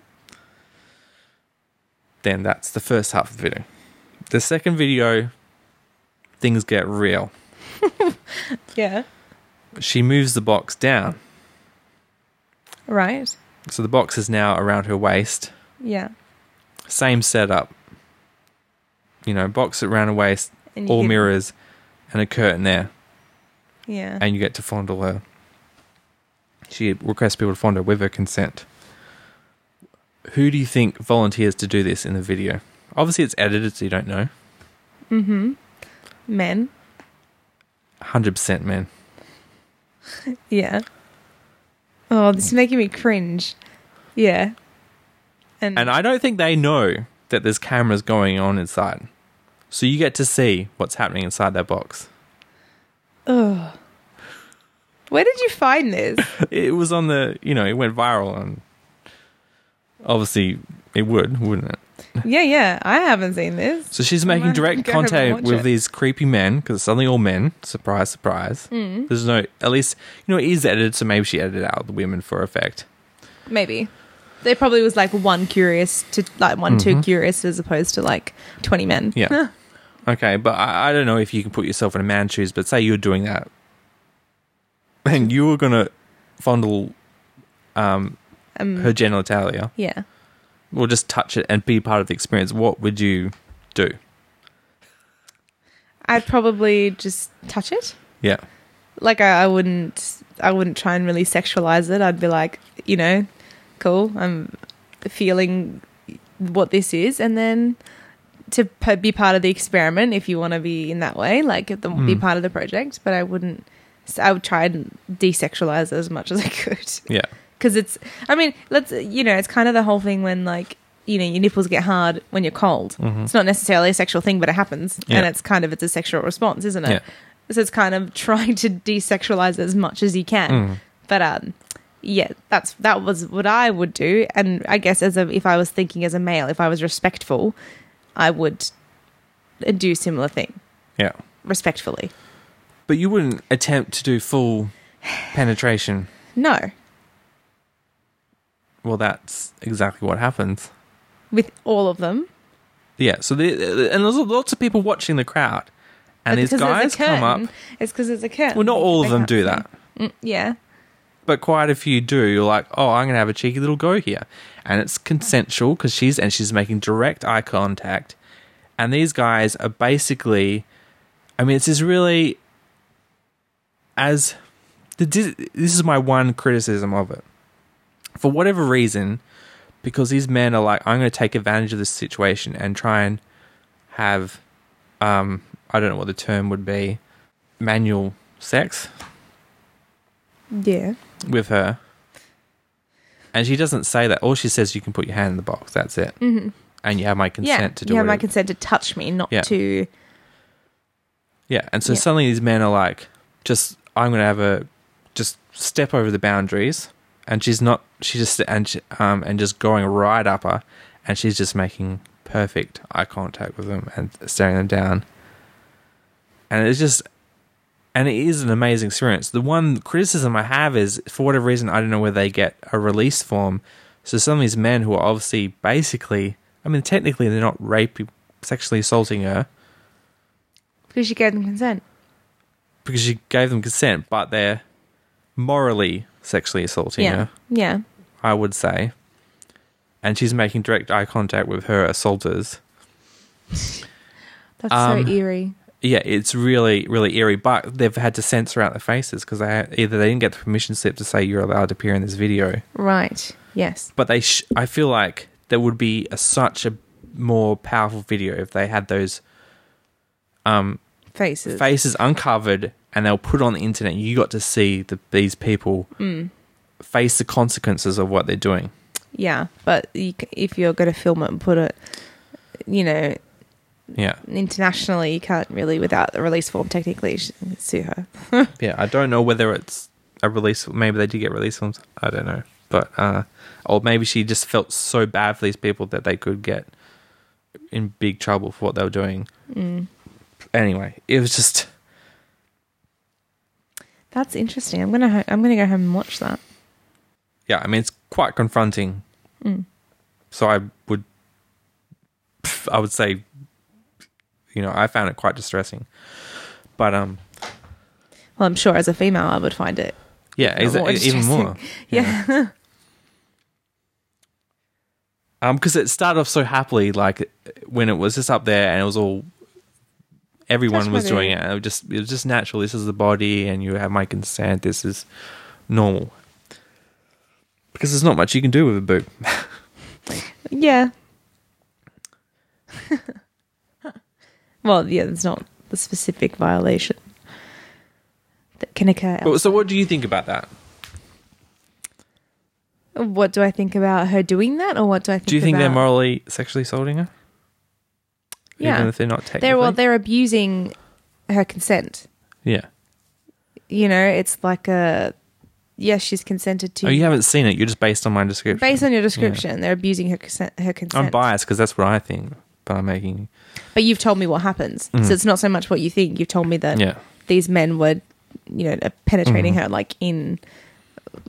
Speaker 1: then that's the first half of the video. The second video, things get real.
Speaker 2: Yeah.
Speaker 1: She moves the box down.
Speaker 2: Right.
Speaker 1: So the box is now around her waist.
Speaker 2: Yeah.
Speaker 1: Same setup. You know, box around her waist,
Speaker 2: And
Speaker 1: all
Speaker 2: get-
Speaker 1: mirrors, and a curtain there.
Speaker 2: Yeah.
Speaker 1: And you get to fondle her. She requests people to fondle her with her consent. Who do you think volunteers to do this in the video? Obviously, it's edited, so you don't know.
Speaker 2: mm-hmm. Men.
Speaker 1: 100% men.
Speaker 2: Yeah. Oh, this is making me cringe. Yeah. And,
Speaker 1: And I don't think they know that there's cameras going on inside. So you get to see what's happening inside that box.
Speaker 2: Ugh. Where did you find this?
Speaker 1: It was on the, you know, it went viral and obviously it would, wouldn't it?
Speaker 2: yeah, yeah. I haven't seen this.
Speaker 1: So she's
Speaker 2: I
Speaker 1: making
Speaker 2: might
Speaker 1: direct
Speaker 2: go home and
Speaker 1: contact
Speaker 2: watch
Speaker 1: with
Speaker 2: it.
Speaker 1: these creepy men because it's suddenly all men. Surprise, surprise.
Speaker 2: Mm.
Speaker 1: There's no, at least, you know, it is edited, so maybe she edited out the women for effect.
Speaker 2: Maybe. There probably was like one curious to like one too
Speaker 1: Mhm.
Speaker 2: curious as opposed to like twenty men.
Speaker 1: Yeah. okay, but I, I don't know if you can put yourself in a man's shoes, but say you're doing that and you were going to fondle um,
Speaker 2: Um,
Speaker 1: her genitalia
Speaker 2: yeah.
Speaker 1: or just touch it and be part of the experience, what would you do?
Speaker 2: I'd probably just touch it.
Speaker 1: Yeah.
Speaker 2: Like I, I wouldn't I wouldn't try and really sexualize it. I'd be like, you know, cool. I'm feeling what this is and then to p- be part of the experiment if you want to be in that way, like the, be
Speaker 1: Mm.
Speaker 2: part of the project, but I wouldn't I would try and desexualize it as much as I could.
Speaker 1: Yeah.
Speaker 2: because it's i mean let's you know it's kind of the whole thing when like you know your nipples get hard when you're cold
Speaker 1: Mhm.
Speaker 2: it's not necessarily a sexual thing but it happens and
Speaker 1: Yeah.
Speaker 2: it's kind of it's a sexual response isn't it
Speaker 1: Yeah.
Speaker 2: so it's kind of trying to desexualize as much as you can
Speaker 1: Mm.
Speaker 2: but um yeah that's that was what i would do and i guess as a if i was thinking as a male if i was respectful i would do similar thing
Speaker 1: Yeah.
Speaker 2: respectfully
Speaker 1: But you wouldn't attempt to do full penetration.
Speaker 2: no
Speaker 1: Well, that's exactly what happens.
Speaker 2: with all of them
Speaker 1: Yeah. So, the, and there's lots of people watching the crowd. And
Speaker 2: But
Speaker 1: these
Speaker 2: because
Speaker 1: guys
Speaker 2: there's a
Speaker 1: come up.
Speaker 2: curtain- it's because it's a curtain
Speaker 1: Well, not all of
Speaker 2: They
Speaker 1: them
Speaker 2: can't
Speaker 1: do
Speaker 2: see.
Speaker 1: that.
Speaker 2: Mm, yeah
Speaker 1: but quite a few do. You're like, oh, I'm going to have a cheeky little go here, and it's consensual because she's and she's making direct eye contact, and these guys are basically, I mean, it's just really as the Dis- this is my one criticism of it. For whatever reason, because these men are like, I'm going to take advantage of this situation and try and have, um, I don't know what the term would be, manual sex
Speaker 2: Yeah.
Speaker 1: with her. And she doesn't say that. All she says, you can put your hand in the box. That's it.
Speaker 2: Mm-hmm.
Speaker 1: And you have my consent
Speaker 2: yeah.
Speaker 1: to do
Speaker 2: you
Speaker 1: it.
Speaker 2: have my consent to touch me, not
Speaker 1: Yeah.
Speaker 2: to.
Speaker 1: yeah. And so
Speaker 2: Yeah.
Speaker 1: suddenly these men are like, just I'm going to have a just step over the boundaries, and she's not. She just and she- um and just going right up her, and she's just making perfect eye contact with them and staring them down. And it's just, and it is an amazing experience. The one criticism I have is for whatever reason I don't know where they get a release form. So some of these men who are obviously basically, I mean, technically they're not raping, sexually assaulting her.
Speaker 2: Because she gave them consent.
Speaker 1: because she gave them consent, but they're morally sexually assaulting
Speaker 2: yeah.
Speaker 1: her,
Speaker 2: Yeah.
Speaker 1: I would say. And she's making direct eye contact with her assaulters.
Speaker 2: That's
Speaker 1: Um,
Speaker 2: so eerie.
Speaker 1: Yeah, it's really, really eerie. But they've had to censor out their faces because they either they didn't get the permission slip to say you're allowed to appear in this video,
Speaker 2: Right. Yes.
Speaker 1: but they, sh- I feel like there would be a, such a more powerful video if they had those
Speaker 2: Faces.
Speaker 1: faces uncovered and they'll put on the internet. You got to see the, these people
Speaker 2: Mm.
Speaker 1: face the consequences of what they're doing.
Speaker 2: yeah. But you, c- if you're going to film it and put it, you know,
Speaker 1: Yeah.
Speaker 2: internationally, you can't really, without the release form, technically, sh- sue her.
Speaker 1: Yeah, I don't know whether it's a release. Maybe they did get release films. I don't know, but uh, or maybe she just felt so bad for these people that they could get in big trouble for what they were doing.
Speaker 2: Mm.
Speaker 1: Anyway, it was just
Speaker 2: That's interesting. I'm gonna ho- I'm gonna go home and watch that.
Speaker 1: yeah. I mean, it's quite confronting.
Speaker 2: Mm.
Speaker 1: So I would, I would say, you know, I found it quite distressing. But um,
Speaker 2: Well, I'm sure as a female, I would find it
Speaker 1: yeah, is
Speaker 2: more
Speaker 1: it, even
Speaker 2: distressing.
Speaker 1: more.
Speaker 2: Yeah.
Speaker 1: Um, because it started off so happily, like when it was just up there and it was all everyone
Speaker 2: Touch
Speaker 1: was
Speaker 2: my
Speaker 1: doing
Speaker 2: body.
Speaker 1: it. and It was just it was just natural. This is the body, and you have my consent. This is normal. Because there's not much you can do with a boob.
Speaker 2: Yeah. well, yeah, there's not the specific violation that can occur.
Speaker 1: But- so, what do you think about that?
Speaker 2: What do I think about her doing that, or what do I think?
Speaker 1: Do you think they're
Speaker 2: about-
Speaker 1: morally sexually assaulting her?
Speaker 2: Yeah.
Speaker 1: Even if they're not technically.
Speaker 2: They're well, they're abusing her consent.
Speaker 1: yeah.
Speaker 2: You know, it's like a yes, she's consented to.
Speaker 1: Oh, you haven't seen it. You're just based on my description.
Speaker 2: Based on your description, they're abusing her consent. Her consent.
Speaker 1: I'm biased because that's what I think, but I'm making
Speaker 2: But you've told me what happens, so it's not so much what you think. You've told me that
Speaker 1: Mm-hmm. yeah. Mm-hmm.
Speaker 2: these men were, you know, penetrating her like in,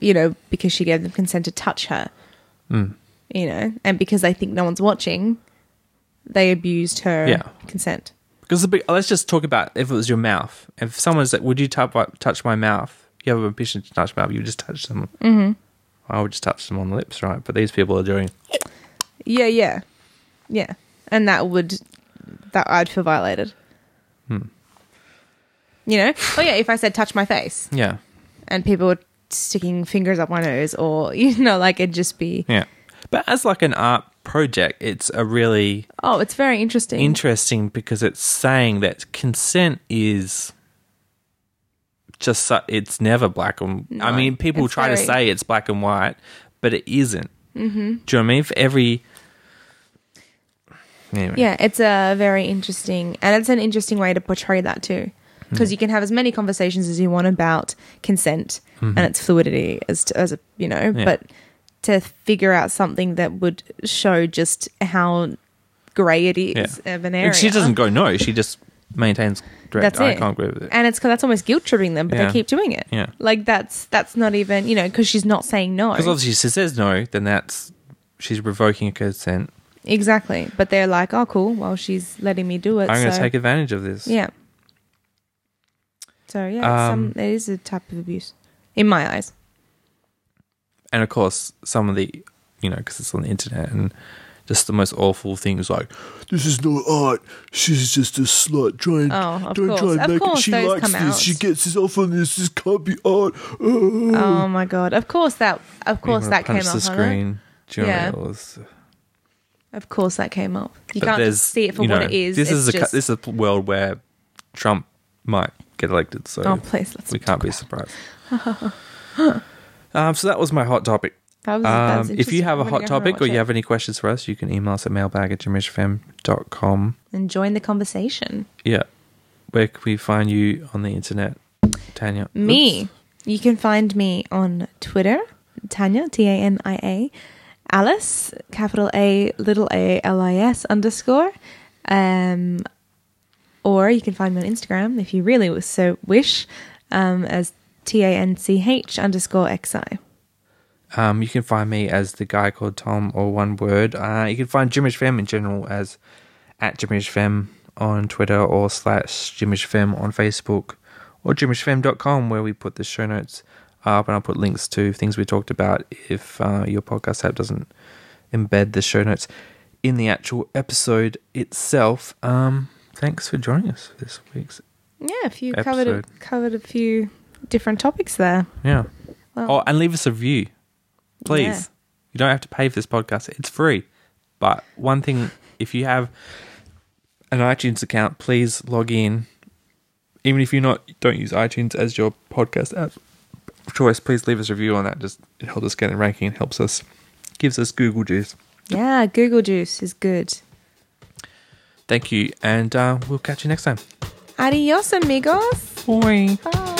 Speaker 2: you know, because she gave them consent to touch her,
Speaker 1: Mm.
Speaker 2: you know, and because they think no one's watching, they abused her
Speaker 1: Yeah.
Speaker 2: consent.
Speaker 1: Because the big, let's just talk about if it was your mouth. If someone's like, "Would you touch my, touch my mouth?" You have a permission to touch my mouth. You would just touch them. Mm-hmm. I would just touch them on the lips, right? But these people are doing.
Speaker 2: Yeah, yeah, yeah, and that would that I'd feel violated. You know, oh yeah, if I said touch my face
Speaker 1: Yeah,
Speaker 2: and people were sticking fingers up my nose, or you know, like it'd just be
Speaker 1: yeah. But as like an art project, it's a really
Speaker 2: oh, it's very interesting.
Speaker 1: interesting because it's saying that consent is just su- it's never black and. I
Speaker 2: No,
Speaker 1: mean, people
Speaker 2: it's
Speaker 1: try to
Speaker 2: very-
Speaker 1: say it's black and white, but it isn't. Mm-hmm. Do you know what I mean? For every. Anyway.
Speaker 2: Yeah, it's a very interesting, and it's an interesting way to portray that too,
Speaker 1: Mm-hmm.
Speaker 2: because you can have as many conversations as you want about consent and its fluidity as to, as a, you know,
Speaker 1: Mm-hmm. Yeah.
Speaker 2: but to figure out something that would show just how grey it is of an area.
Speaker 1: And she doesn't go no. She just maintains direct
Speaker 2: That's
Speaker 1: eye
Speaker 2: it.
Speaker 1: contact with it.
Speaker 2: and it's because that's almost guilt tripping them, but
Speaker 1: Yeah.
Speaker 2: they keep doing it.
Speaker 1: Yeah.
Speaker 2: like that's that's not even you know because she's not saying no.
Speaker 1: Because obviously, if she says no, then that's she's revoking a consent.
Speaker 2: Exactly, but they're like, oh, cool. Well, she's letting me do it.
Speaker 1: I'm going to
Speaker 2: so-
Speaker 1: take advantage of this.
Speaker 2: Yeah. So yeah,
Speaker 1: Um,
Speaker 2: some, it is a type of abuse, in my eyes.
Speaker 1: And of course, some of the you know because it's on the internet and just the most awful things like
Speaker 3: This is not art. She's just a slut. Try and,
Speaker 2: Oh, of
Speaker 3: don't
Speaker 2: course.
Speaker 3: try and
Speaker 2: Of
Speaker 3: make
Speaker 2: course
Speaker 3: it. She
Speaker 2: those
Speaker 3: likes
Speaker 2: come
Speaker 3: this.
Speaker 2: out.
Speaker 3: She gets this off on this. This can't be art.
Speaker 2: Oh my god! Of course that, of
Speaker 1: you
Speaker 2: course
Speaker 1: wanna
Speaker 2: that came
Speaker 1: punch
Speaker 2: up.
Speaker 1: the
Speaker 2: On
Speaker 1: screen. Do you know
Speaker 2: Yeah.
Speaker 1: what I mean? It was-
Speaker 2: it. Of course that came up. You
Speaker 1: but
Speaker 2: can't
Speaker 1: there's-
Speaker 2: just see it for
Speaker 1: you
Speaker 2: what
Speaker 1: know,
Speaker 2: it is.
Speaker 1: This
Speaker 2: it's
Speaker 1: is a cu-
Speaker 2: just,
Speaker 1: this is a world where Trump might get elected. So
Speaker 2: oh please, let's.
Speaker 1: we can't be surprised. um, so that was my hot topic.
Speaker 2: That was, that was
Speaker 1: Um, if you
Speaker 2: Mm, interesting. Oh
Speaker 1: have a
Speaker 2: I'm
Speaker 1: hot
Speaker 2: gonna go home and
Speaker 1: topic or
Speaker 2: watch
Speaker 1: you
Speaker 2: it.
Speaker 1: have any questions for us, you can email us at mailbag at com.
Speaker 2: and join the conversation.
Speaker 1: Yeah. Where can we find you on the internet? Tanya.
Speaker 2: Me.
Speaker 1: Oops.
Speaker 2: You can find me on Twitter, Tanya, T A N I A, Alice, capital A, little a, L I S underscore. Um, or you can find me on Instagram if you really so wish, um, as T A N C H underscore X I.
Speaker 1: Um, you can find me as the guy called Tom or one word. Uh, you can find Jimish Fem in general as at Jimish Fem on Twitter or slash Jimish Fem on Facebook or jimishfem.com where we put the show notes up and I'll put links to things we talked about if uh, your podcast app doesn't embed the show notes in the actual episode itself. Um, thanks for joining us for this week's.
Speaker 2: Yeah, if you covered a,
Speaker 1: Episode.
Speaker 2: covered a few different topics there.
Speaker 1: Yeah.
Speaker 2: Well,
Speaker 1: Oh, and leave us a review, please.
Speaker 2: Yeah.
Speaker 1: You don't have to pay for this podcast; it's free. But one thing, if you have an iTunes account, please log in. Even if you're not don't use iTunes as your podcast app of choice, please leave us a review on that. Just it helps us get a ranking. It helps us, gives us Google juice.
Speaker 2: yeah, Google Juice is good.
Speaker 1: Thank you, and uh, we'll catch you next time.
Speaker 2: Adios, amigos.
Speaker 1: Bye.
Speaker 2: Bye.